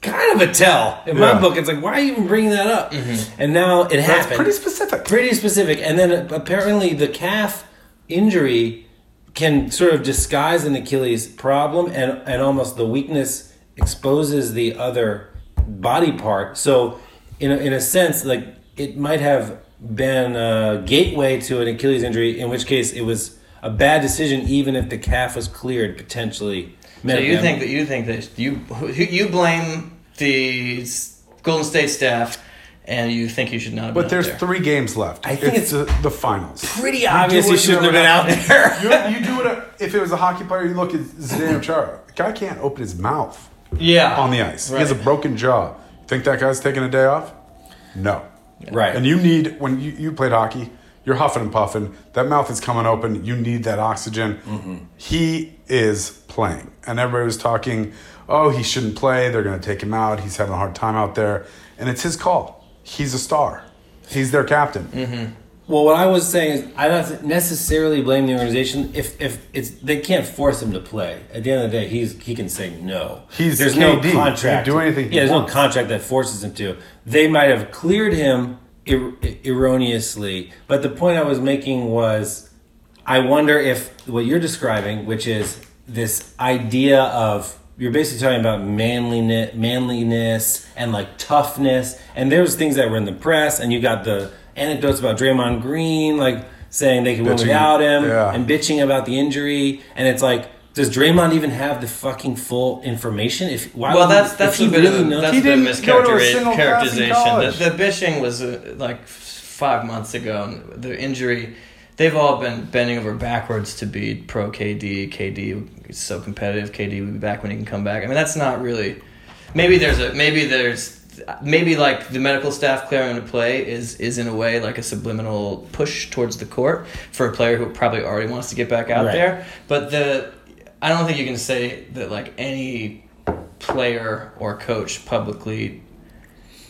S1: Kind of a tell in my
S2: Yeah.
S1: book. It's like, why are you even bringing that up? And now it
S2: that's
S1: happened
S2: pretty specific.
S1: pretty specific. And then uh, apparently the calf injury can sort of disguise an Achilles problem, and and almost the weakness exposes the other body part. So in a, in a sense, like it might have been a gateway to an Achilles injury, in which case it was a bad decision, even if the calf was cleared potentially.
S4: so you think that you think that you who- you blame the s- Golden State staff, and you think you should not. Have
S2: But
S4: been out
S2: there's
S4: there.
S2: three games left. I
S1: think
S2: it's, the, the finals.
S1: pretty obvious
S2: do
S1: you
S2: what
S1: shouldn't
S2: you
S1: have been out there.
S2: you, you do it if it was a hockey player. You look at Zdeno Chara. The guy can't open his mouth
S4: yeah
S2: on the ice. He has a
S4: Right.
S2: broken jaw. Think that guy's taking a day off? No.
S1: Right.
S2: And you need when you, you played hockey, you're huffing and puffing. That mouth is coming open. You need that oxygen. He is playing, and everybody was talking. Oh, he shouldn't play. They're going to take him out. He's having a hard time out there, and it's his call. He's a star. He's their captain.
S1: Well, what I was saying is, I don't necessarily blame the organization if if it's they can't force him to play. At the end of the day, he's he can say no.
S2: He's
S1: there's
S2: KD. He
S1: no
S2: can
S1: contract.
S2: do anything he
S1: Yeah, there's
S2: wants.
S1: no contract that forces him to. They might have cleared him er- erroneously, but the point I was making was, I wonder if what you're describing, which is this idea of you're basically talking about manliness, manliness, and like toughness, and there's things that were in the press, and you got the anecdotes about Draymond Green, like saying they could win
S2: Bitching.
S1: without him,
S2: Yeah.
S1: and bitching about the injury, and it's like. Does Draymond even have the fucking full information? If why
S4: Well,
S1: would-
S4: that's
S1: if
S4: that's
S1: he
S4: a bit
S1: really
S4: of a,
S1: knows-
S4: that's
S2: He
S4: a bit of
S2: didn't go to a
S4: mischaracterization.
S2: single class in college.
S4: The, the bishing was uh, like f- five months ago, and the injury. They've all been bending over backwards to be pro KD. KD is so competitive. KD will be back when he can come back. I mean, that's not really. Maybe there's a maybe there's maybe like the medical staff clearing him to play is is in a way like a subliminal push towards the court for a player who probably already wants to get back out
S1: Right.
S4: there. But the I don't think you can say that like any player or coach publicly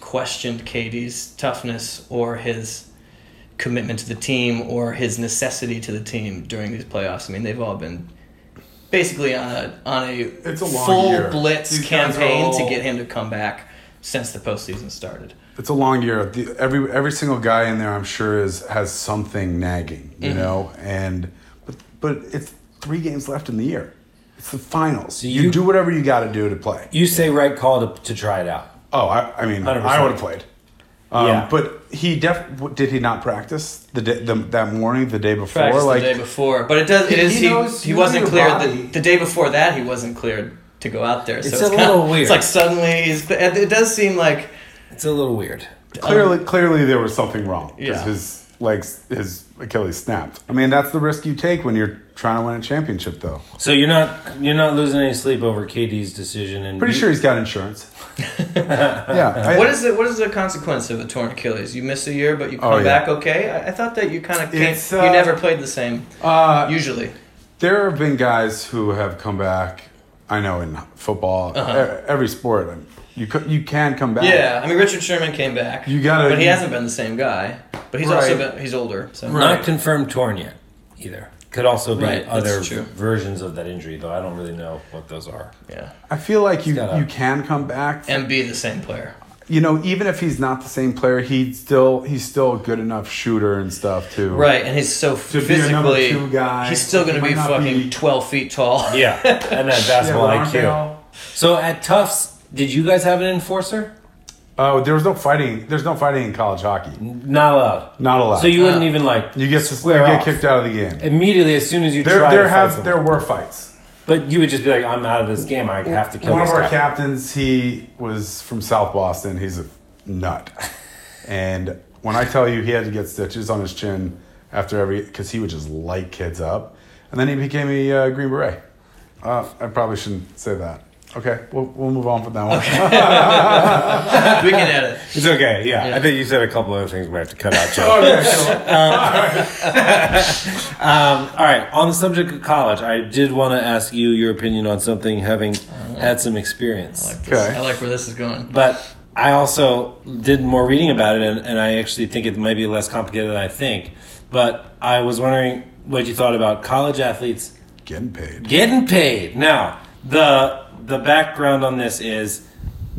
S4: questioned KD's toughness or his commitment to the team or his necessity to the team during these playoffs. I mean, they've all been basically on a on a,
S2: It's a long
S4: full
S2: year.
S4: blitz
S2: These guys are
S4: campaign to
S2: all-
S4: get him to come back since the postseason started.
S2: It's a long year. The, every every single guy in there, I'm sure, is has something nagging, you know. And but but it's three games left in the year. It's the finals. you,
S1: you-
S2: do whatever you got to do to play.
S1: you say right call to, to try it out.
S2: oh, I, I mean,
S1: 100%.
S2: I would have played. Um,
S1: Yeah.
S2: But he def w- did he not practice the, day, the that morning, the day before,
S4: Practice
S2: like
S4: the day before, but it does. It
S2: He-
S4: is
S2: he
S4: he.
S2: knows-
S4: He,
S2: you know
S4: wasn't
S2: your
S4: cleared.
S2: body.
S4: The, the day before that, he wasn't cleared to go out there. So
S1: It's
S4: it's,
S1: a
S4: kinda-
S1: little weird.
S4: It's like suddenly he's. cle- It it does seem like
S1: It's a little weird.
S2: clearly clearly there was something wrong because
S4: Yeah.
S2: his legs his Achilles snapped. I mean, that's the risk you take when you're trying to win a championship, though.
S1: So you're not you're not losing any sleep over KD's decision, and
S2: Pretty
S1: you-
S2: sure he's got insurance. yeah. I-
S4: What is the what is the consequence of a torn Achilles? You miss a year, but you come
S2: Oh, yeah.
S4: back okay. I, I thought that you kind of came.
S2: It's,
S4: you
S2: uh,
S4: never played the same. usually,
S2: There have been guys who have come back. I know in football, e- every sport, I mean, you co- you can come back.
S4: Uh-huh. yeah. I mean, Richard Sherman came back.
S2: You gotta-
S4: but he hasn't been the same guy. But he's also
S2: Right.
S4: been he's older. So
S1: not confirmed torn yet either. Could also be
S4: Right, that's
S1: other
S4: true.
S1: versions of that injury, though I don't really know what those are.
S4: yeah,
S2: I feel like you,
S1: gotta-
S2: you can come back.
S4: and be the same player.
S2: you know, even if he's not the same player, he's still he's still a good enough shooter and stuff too.
S4: Right, and he's so
S2: To be a number
S4: physically.
S2: two guy,
S4: he's still
S2: he
S4: going to be
S2: might not
S4: fucking
S2: be-
S4: twelve feet tall.
S1: Yeah, and that
S2: Yeah,
S1: basketball
S2: but aren't they
S1: IQ.
S2: all-
S1: So at Tufts, Did you guys have an enforcer?
S2: Oh, there was no fighting. There's no fighting in college hockey.
S1: Not allowed. Uh,
S2: Not allowed.
S1: So you wouldn't even like
S2: you get you
S1: Square
S2: get
S1: off.
S2: kicked out of the game.
S1: immediately as soon as you
S2: There
S1: try
S2: there
S1: to
S2: have
S1: fight someone.
S2: there were fights.
S1: but you would just be like, I'm out of this game. I have to kill
S2: One
S1: this
S2: of our
S1: guy.
S2: captains, he was from South Boston. He's a nut. And when I tell you he had to get stitches on his chin after every, because he would just light kids up. And then he became a uh, Green Beret. Uh, I probably shouldn't say that. Okay, we'll, we'll move on from that one.
S4: We can edit.
S1: It's okay. Yeah.
S4: Yeah.
S1: I think you said a couple other things we have to cut out. Joe.
S2: Okay, so-
S1: All right. On the subject of college, I did want to ask you your opinion on something, having had some experience.
S2: okay.
S4: I like where this is going.
S1: but I also did more reading about it, and, and I actually think it might be less complicated than I think. But I was wondering what you thought about college athletes
S2: Getting paid.
S1: getting paid now the the background on this is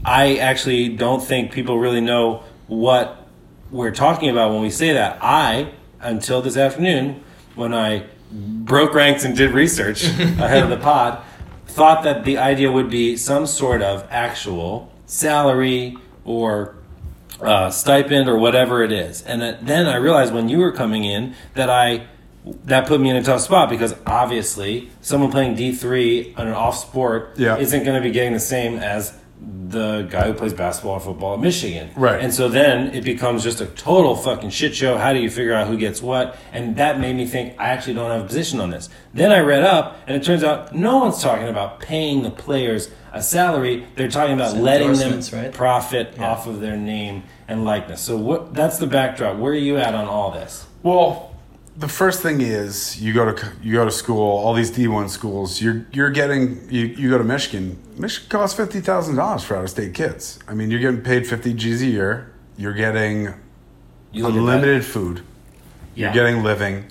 S1: i actually don't think people really know what we're talking about when we say that i until this afternoon when i broke ranks and did research ahead of the pod thought that the idea would be some sort of actual salary or uh, stipend or whatever it is. And that- then I realized when you were coming in that I that put me in a tough spot because obviously someone playing D three on an off sport
S2: Yeah.
S1: isn't going to be getting the same as the guy who plays basketball or football at Michigan.
S2: Right.
S1: And so then it becomes just a total fucking shit show. How do you figure out who gets what? And that made me think I actually don't have a position on this. Then I read up and it turns out no one's talking about paying the players a salary. They're talking about letting them
S4: endorsements, right?
S1: profit off of their name and likeness. So what? That's the backdrop. Where are you at on all this?
S2: Well, the first thing is you go to you go to school. All these D one schools. You're you're getting you, you go to Michigan. Michigan costs fifty thousand dollars for out of state kids. I mean, you're getting paid fifty G's a year. You're getting
S1: You look at that.
S2: unlimited food.
S1: Yeah.
S2: You're getting living.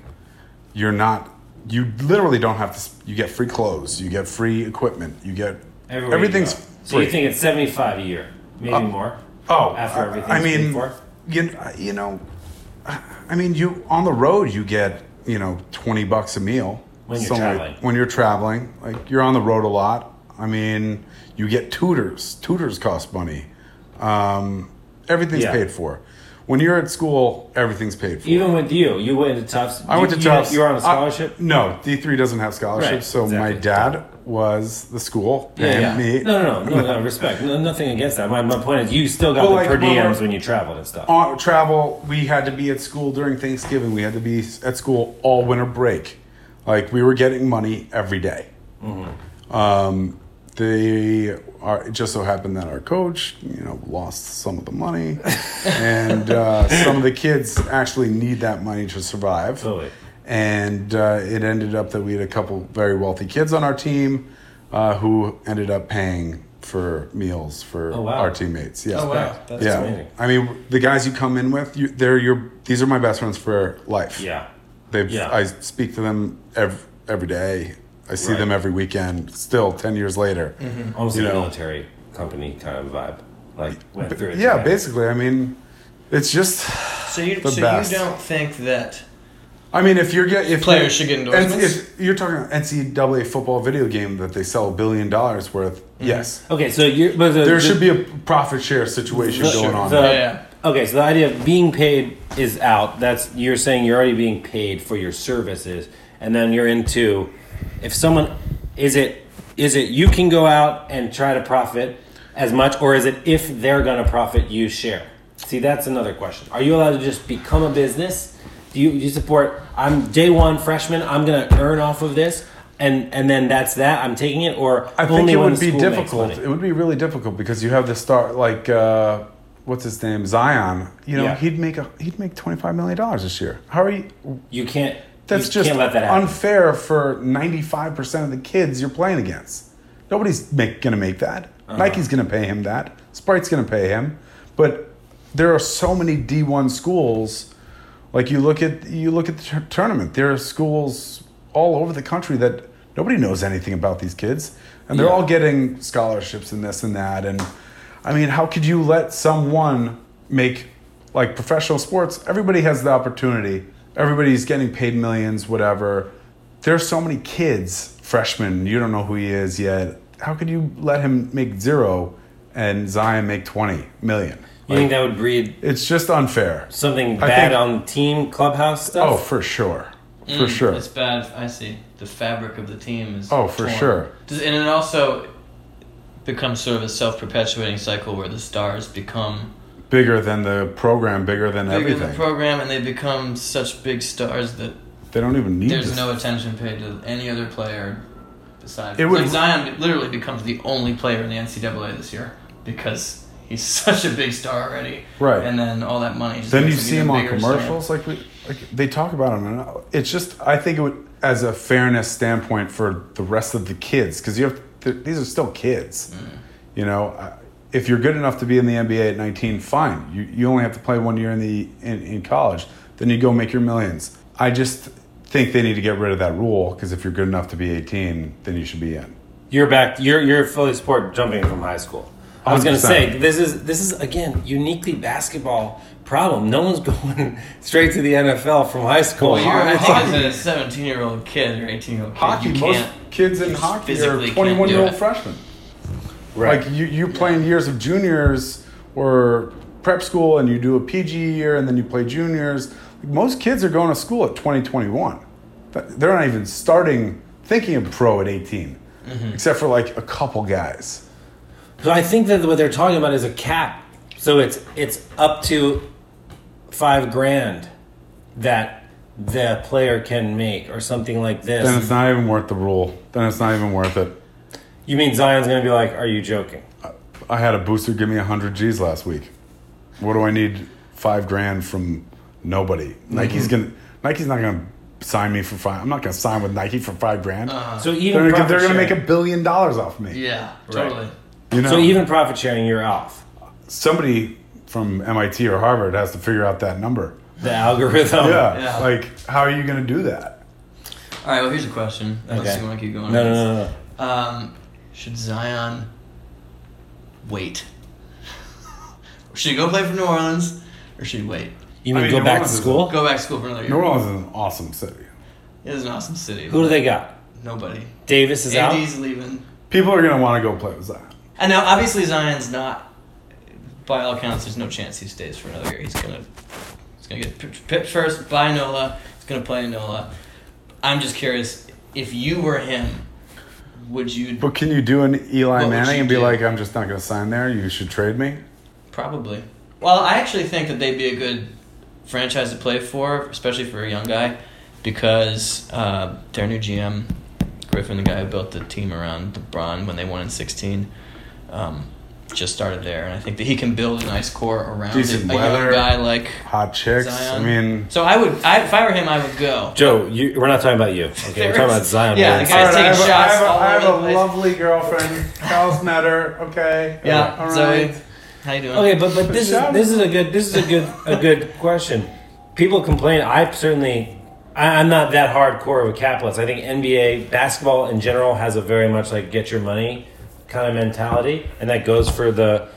S2: You're not. You literally don't have to. s- You get free clothes. You get free equipment. You get
S1: Everywhere you
S2: everything's
S1: go. So
S2: free. Uh,
S1: you think it's seventy five a year, maybe more.
S2: Oh,
S1: after
S2: I-
S1: everything's
S2: I
S1: paid
S2: mean,
S1: for?
S2: you you know, I mean, you on the road you get you know twenty bucks a meal
S1: When you're traveling.
S2: When you're traveling, like you're on the road a lot. I mean, you get tutors. Tutors cost money. Um, everything's
S1: Yeah.
S2: paid for. When you're at school, everything's paid for.
S1: Even with you, you went to Tufts.
S2: I
S1: you,
S2: went to
S1: you,
S2: Tufts. Uh,
S1: You were on a
S2: I-
S1: scholarship.
S2: no, D three doesn't have scholarships.
S1: Right,
S2: so my
S1: exactly.
S2: dad was the school paying
S1: yeah, yeah.
S2: me.
S1: No, no, no, no, no. Respect. No, nothing against that. My, my point is, you still got
S2: Well,
S1: the
S2: like, Oh.
S1: per
S2: when we're-
S1: diems when you traveled and stuff.
S2: on travel, we had to be at school during Thanksgiving. We had to be at school all winter break. Like we were getting money every day. Um, they are. It just so happened that our coach, you know, lost some of the money, and uh, some of the kids actually need that money to survive.
S1: Totally.
S2: And uh, it ended up that we had a couple very wealthy kids on our team uh, who ended up paying for meals for
S1: Oh, wow.
S2: our teammates. Yeah.
S1: Oh, wow. That's amazing.
S2: I mean, the guys you come in with, you, they're your. These are my best friends for life.
S1: Yeah.
S2: They've,
S1: Yeah.
S2: I speak to them every, every day. I see
S1: Right.
S2: them every weekend. Still, ten years later.
S1: Almost
S2: You
S1: a
S2: know.
S1: military company kind of vibe. Like went through it.
S2: Yeah,
S1: together.
S2: basically. I mean, it's just.
S4: So you
S2: The
S4: so
S2: best.
S4: you don't think that
S2: I mean, if you're get if
S4: Players should get endorsements?
S2: If you're talking about NCAA football video game that they sell a billion dollars worth,
S4: Mm-hmm.
S2: yes,
S1: Okay, so you're but the,
S2: there
S1: the-
S2: should be a profit share situation
S1: the-
S2: going on.
S1: the-
S4: Yeah, yeah.
S1: Okay, so the idea of being paid is out. That's you're saying you're already being paid for your services, and then you're into if someone is it is it you can go out and try to profit as much, or is it if they're going to profit, you share. See, that's another question. Are you allowed to just become a business? Do you, you support? I'm day one freshman. I'm going to earn off of this, and and then that's that. I'm taking it, or
S2: I think
S1: only
S2: it
S1: when
S2: would
S1: the
S2: be
S1: school makes
S2: difficult.
S1: money?
S2: It would be really difficult because you have the star like uh, what's his name Zion. You know,
S1: Yeah.
S2: he'd make a he'd make twenty five million dollars this year. How are you?
S1: You can't.
S2: That's
S1: you
S2: just
S1: can't let that happen.
S2: unfair for ninety five percent of the kids you're playing against. Nobody's make, gonna make that.
S1: Uh-huh.
S2: Nike's gonna pay him that. Sprite's gonna pay him. But there are so many D one schools. Like you look at you look at the tur- tournament. There are schools all over the country that nobody knows anything about these kids, and they're
S1: Yeah.
S2: all getting scholarships and this and that. And I mean, how could you let someone make like professional sports? Everybody has the opportunity. Everybody's getting paid millions, whatever. There's so many kids, freshmen. You don't know who he is yet. How could you let him make zero and Zion make 20 million.
S1: You think that would breed
S2: It's just unfair.
S1: something
S2: I
S1: bad
S2: think-
S1: on team clubhouse
S2: Oh,
S1: stuff?
S2: for sure. For sure.
S4: Mm, It's bad. I see. The fabric of the team is.
S2: Oh, for
S4: torn.
S2: sure.
S4: Does, and it also becomes sort of a self perpetuating cycle where the stars become
S2: Bigger than the program, bigger than
S4: bigger
S2: everything.
S4: than the program and they become such big stars that
S2: they don't even need
S4: there's
S2: this.
S4: no attention paid to any other player besides.
S2: It would-
S4: like Zion literally becomes the only player in the NCAA this year because he's such a big star already.
S2: Right.
S4: And then all that money. Just
S2: then you
S4: makes
S2: see
S4: even
S2: him on
S4: bigger star.
S2: commercials like we like they talk about him and it's just i think it would as a fairness standpoint for the rest of the kids because you have th- these are still kids you know I- if you're good enough to be in the nba at 19 fine you, you only have to play one year in the in, in college then you go make your millions i just think they need to get rid of that rule because if you're good enough to be 18 then you should be in
S1: You're back. You're you're fully support jumping from high school. I was going to
S2: 100%.
S1: say this is this is again uniquely basketball problem. No one's going straight to the NFL from high school.
S4: Well, you're
S1: It's
S4: I
S1: like-
S4: think as a 17 year old kid or 18 year old kid,
S2: hockey
S4: you
S2: most
S4: can't.
S2: kids in
S4: you
S2: hockey are
S4: physically can't do
S2: 21 year old
S4: it.
S2: freshmen
S1: Right.
S2: Like you, you play in years of juniors or prep school and you do a PG year and then you play juniors. Most kids are going to school at 2021. 21. Th- They're not even starting thinking of pro at 18, except for like a couple guys.
S1: So I think that what they're talking about is a cap. So it's it's up to five grand that the player can make or something like this.
S2: Then it's not even worth the rule. Then it's not even worth it.
S1: you mean Zion's gonna be like, Are you joking?
S2: Uh, I had a booster give me 100 G's last week. What do I need five grand from nobody? Nike's gonna Nike's not gonna sign me for five. I'm not gonna sign with Nike for five grand.
S1: So
S2: they're
S1: even
S2: gonna, they're
S1: profit
S2: gonna
S1: sharing,
S2: make a billion dollars off me.
S4: Yeah, totally.
S2: You know,
S1: So even profit sharing you're off.
S2: somebody from MIT or Harvard has to figure out that number.
S1: The algorithm.
S2: Yeah,
S4: Yeah.
S2: like how are you going to do that?
S4: All right, well, here's a question. Unless
S1: Okay.
S4: you want to keep
S1: No,
S4: going.
S1: no, no, no.
S4: Um, should Zion wait? Or should he go play for New Orleans or should he wait?
S1: You mean
S2: mean,
S1: go
S2: New
S1: back to
S2: Orleans is-
S1: school?
S4: Go back to school for another year.
S2: New Orleans is an awesome city.
S4: It is an awesome city.
S1: Who do they got?
S4: Nobody.
S1: Davis is out.
S4: Andy's leaving.
S2: People are going to want to go play with Zion.
S4: And now, obviously, Zion's not. By all accounts, there's no chance he stays for another year. He's gonna, he's gonna get p- picked first by Nola. He's gonna play Nola. I'm just curious if you were him, would you
S2: But can you do an Eli
S4: would
S2: Manning
S4: you
S2: and be
S4: do?
S2: like, I'm just not going to sign there. You should trade me.
S4: Probably. Well, I actually think that they'd be a good franchise to play for, especially for a young guy, because uh, their new GM, Griffin, the guy who built the team around LeBron when they won in 16, um, just started there. And I think that he can build a nice core around it,
S2: Decent
S4: a young
S2: weather.
S4: guy like
S2: Hot chicks.
S4: Zion.
S2: I mean,
S4: so I would, I, if I were him, I would go.
S1: Joe, you, we're not talking about you. Okay, we're talking about Zion.
S4: Yeah,
S1: Williamson.
S2: All right,
S4: the guys
S2: I
S4: taking
S2: have a-
S4: shots all
S2: I have a, I
S4: over the
S2: have a
S4: place.
S2: lovely girlfriend. Kyle's met her. Okay.
S4: Yeah,
S2: All
S4: Zoe,
S2: right.
S4: how you doing?
S1: Okay, but but this is this is a good this is a good a good question. People complain. I certainly, I, I'm not that hardcore of a capitalist. I think NBA basketball in general has a very much like get your money kind of mentality, and that goes for the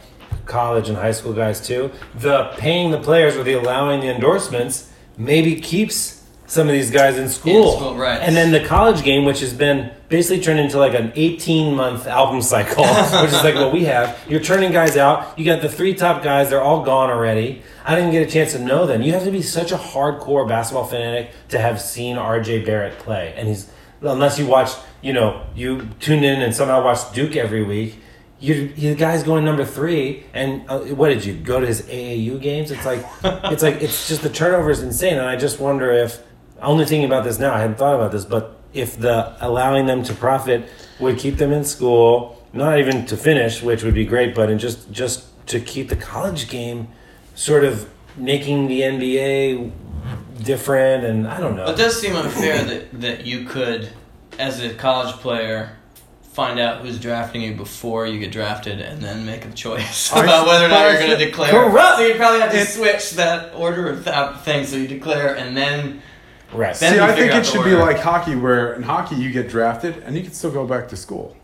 S1: college and high school guys too. The paying the players or the allowing the endorsements maybe keeps some of these guys in school,
S4: school, right.
S1: and then the college game, which has been basically turned into like an 18 month album cycle, which is like what we have. You're turning guys out. You got the three top guys. They're all gone already. I didn't get a chance to know them. You have to be such a hardcore basketball fanatic to have seen RJ Barrett play. And he's, unless you watch, you know, you tune in and somehow watch Duke every week. You, the guy's going number three, and uh, what did you go to his AAU games? It's like, it's like, it's just the turnover is insane, and I just wonder if only thinking about this now, I hadn't thought about this, but if the allowing them to profit would keep them in school, not even to finish, which would be great, but in just just to keep the college game sort of making the NBA different, and I don't know.
S4: It does seem unfair that, that you could, as a college player, find out who's drafting you before you get drafted and then make a choice about whether or not you're going to declare.
S1: Correct.
S4: So you probably have to switch that order of th- things. So you declare and then.
S1: right.
S4: Then
S2: See,
S4: we
S2: I
S4: figure
S2: think
S4: out
S2: it
S4: the
S2: should be
S4: order.
S2: like hockey, where in hockey you get drafted and you can still go back to school.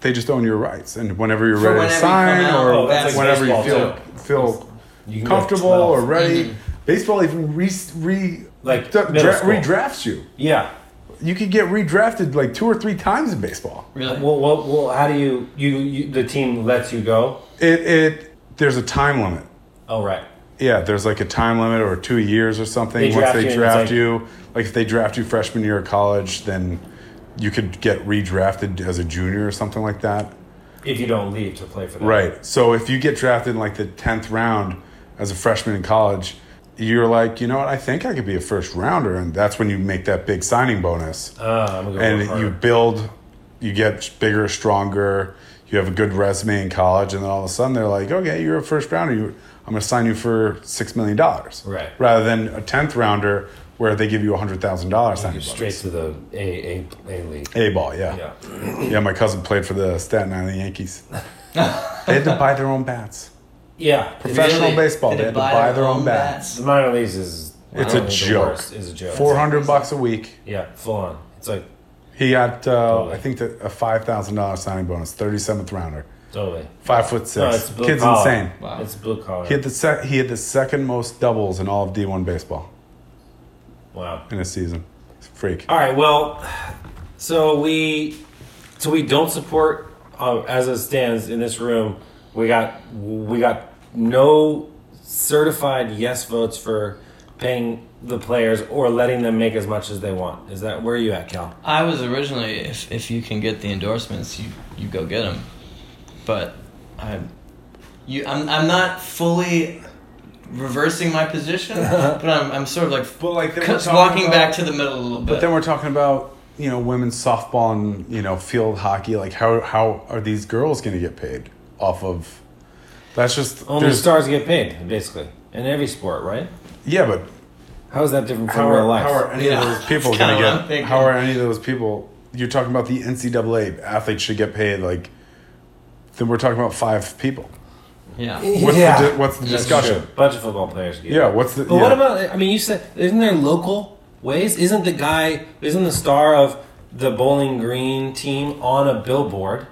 S2: They just own your rights, and whenever you're
S4: For
S2: ready
S4: whenever
S2: to
S4: you
S2: sign
S4: come out,
S2: or
S4: oh, that's like
S2: whenever you
S1: baseball,
S2: feel feel
S1: You can go
S2: comfortable
S1: 12.
S4: Mm-hmm.
S2: or ready, baseball even re, re
S1: Like
S2: d-
S1: middle
S2: dra-
S1: school.
S2: redrafts you.
S1: yeah.
S2: you could get redrafted like two or three times in baseball.
S4: Really?
S1: Well, well, well how do you, you you the team lets you go?
S2: It it there's a time limit.
S1: Oh right.
S2: Yeah, there's like a time limit or two years or something.
S1: They
S2: Once
S1: draft
S2: they
S1: you and it's
S2: draft
S1: like-
S2: you, like if they draft you freshman year of college, then you could get redrafted as a junior or something like that.
S1: If you don't leave to play for them.
S2: Right. So if you get drafted in like the tenth round as a freshman in college, you're like, you know what? I think I could be a first rounder, and that's when you make that big signing bonus,
S1: Uh, I'm gonna go work
S2: and
S1: harder.
S2: you build, you get bigger, stronger. You have a good resume in college, and then all of a sudden they're like, okay, you're a first rounder. You, I'm going to sign you for six million dollars,
S1: Right.
S2: Rather than a tenth rounder where they give you a hundred thousand dollars signing
S1: straight
S2: bonus.
S1: to the A A, a league.
S2: A ball, yeah.
S1: Yeah.
S2: Yeah, my cousin played for the Staten Island Yankees. they had to buy their own bats.
S1: Yeah.
S2: Professional baseball, they had to buy their own bats.
S1: The minor leagues is
S2: It's a
S1: the
S2: joke.
S1: worst, Is a joke.
S2: Four hundred bucks a week.
S1: Yeah, full on. It's like
S2: He got, uh, I think, the, a five thousand dollars signing bonus. Thirty seventh rounder,
S1: totally.
S2: five foot
S1: No,
S2: six.
S1: it's blue
S2: Kid's
S1: collar.
S2: insane.
S4: Wow.
S1: It's blue collar.
S2: He had the sec- he had the second most doubles in all of D one baseball
S1: wow.
S2: in a season. He's a freak.
S1: All right. Well, so we so we don't support uh, as it stands in this room. We got we got no certified yes votes for paying the players or letting them make as much as they want. Is that where are you at, Cal?
S4: I was originally, if, if you can get the endorsements, you, you go get them. But I, you, I'm, I'm not fully reversing my position, but I'm, I'm sort of like,
S2: But, like, then we're
S4: cus-
S2: talking
S4: walking
S2: about-
S4: back to the middle a little bit.
S2: But then we're talking about you know women's softball and you know field hockey. Like how how are these girls going to get paid off of? That's just
S1: Only
S2: there's-
S1: stars get paid, basically, in every sport, right?
S2: yeah, but
S1: How is that different from
S2: how
S1: real
S2: are,
S1: life?
S2: how are any
S4: Yeah,
S2: of those people
S4: that's
S2: going
S4: kinda what I'm
S2: to get?
S4: thinking.
S2: How are any of those people? You're talking about the NCAA athletes should get paid like. Then we're talking about five people.
S4: yeah.
S2: What's
S1: Yeah.
S2: the di- what's the
S1: That's
S2: discussion?
S1: true. Bunch of football players get
S2: Yeah, what's the?
S1: But
S2: yeah.
S1: what about? I mean, you said isn't there local ways? Isn't the guy? Isn't the star of the Bowling Green team on a billboard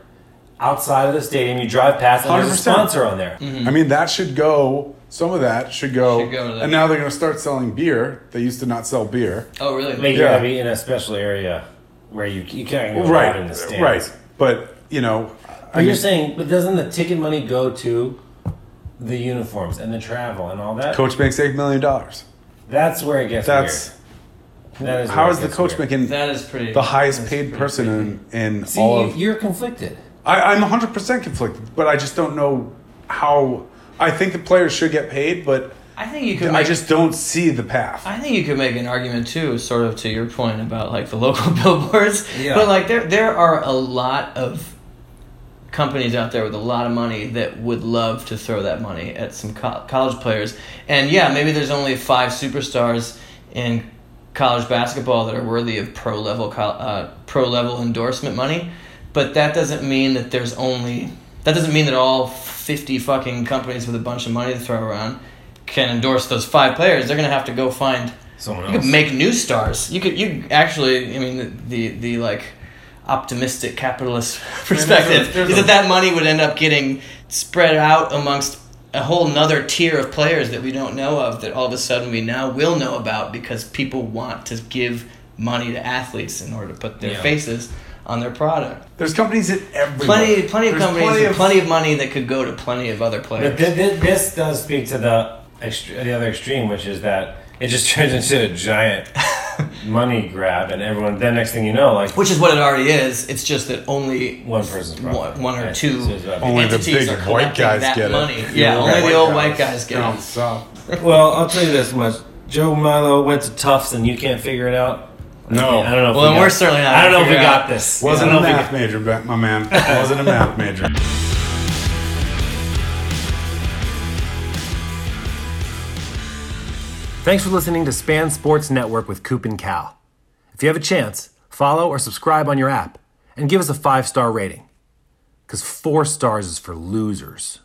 S1: outside of the stadium? You drive past and there's a
S2: 100%.
S1: sponsor on there.
S2: I mean, that should go. Some of that should go.
S4: Mm-hmm. Should go to that.
S2: and now they're going to start selling beer. They used to not sell beer.
S4: Oh, really?
S1: I mean, you gotta
S2: Yeah.
S1: be in a special area where you you can't go out in the
S2: Right,
S1: stands.
S2: right. But you know,
S1: But you're saying, but doesn't the ticket money go to the uniforms and the travel and all that?
S2: coach makes eight million dollars.
S1: That's where it gets
S2: That's
S1: weird. That is
S2: how
S1: where it
S2: is the
S1: gets
S2: coach
S1: weird.
S2: making
S4: That is pretty.
S2: the highest
S4: that's
S2: paid
S4: pretty
S2: person in, in
S1: See,
S2: all
S1: you,
S2: of?
S1: you're conflicted.
S2: I, I'm 100 percent conflicted, but I just don't know how. I think the players should get paid, but
S4: I think you could. Make,
S2: I just don't see the path.
S4: I think you could make an argument too, sort of to your point about like the local billboards.
S1: Yeah.
S4: But like there, there are a lot of companies out there with a lot of money that would love to throw that money at some co- college players. And yeah, maybe there's only five superstars in college basketball that are worthy of pro level col- uh, pro level endorsement money, but that doesn't mean that there's only that doesn't mean that all 50 fucking companies with a bunch of money to throw around can endorse those five players. They're going to have to go find
S1: Someone
S2: Oh.
S4: you could
S1: else.
S4: make new stars. You could you actually I mean the the, the like optimistic capitalist perspective
S2: there's
S4: is
S2: a-
S4: that that money would end up getting spread out amongst a whole nother tier of players that we don't know of that all of a sudden we now will know about because people want to give money to athletes in order to put their
S1: Yeah.
S4: faces on their product.
S2: There's companies in everywhere.
S4: Plenty plenty of
S2: There's
S4: companies
S2: plenty
S4: with
S2: of-
S4: plenty of money that could go to plenty of other
S1: But
S4: players.
S1: th- th- this does speak to the extre- the other extreme, which is that it just turns into a giant money grab, and everyone. Then next thing you know, like
S4: Which is what it already is. It's just that only
S1: one person's
S4: one,
S1: profit.
S4: one or
S1: Right.
S4: two
S1: So it's about-
S2: Only the
S4: entities
S2: big
S4: are
S2: white
S4: collecting
S2: guys
S4: that
S2: get it.
S4: money.
S2: The
S4: Yeah,
S2: old
S4: only
S2: white
S4: the old
S2: guys.
S4: white guys get
S2: Down
S4: it.
S2: south.
S1: Well, I'll tell you this much: Joe Milo went to Tufts, and you can't figure it out.
S2: No.
S1: I don't know. If
S4: Well,
S1: we
S4: then
S1: got-
S4: we're certainly not
S1: I don't know if
S4: gonna
S1: we
S4: figure
S1: got
S4: out-
S1: this. I
S2: Wasn't a
S1: don't know if we
S2: math major, ba- my man. Wasn't a math major.
S8: Thanks for listening to Span Sports Network with Coop and Cal. If you have a chance, follow or subscribe on your app and give us a five star rating. Because four stars is for losers.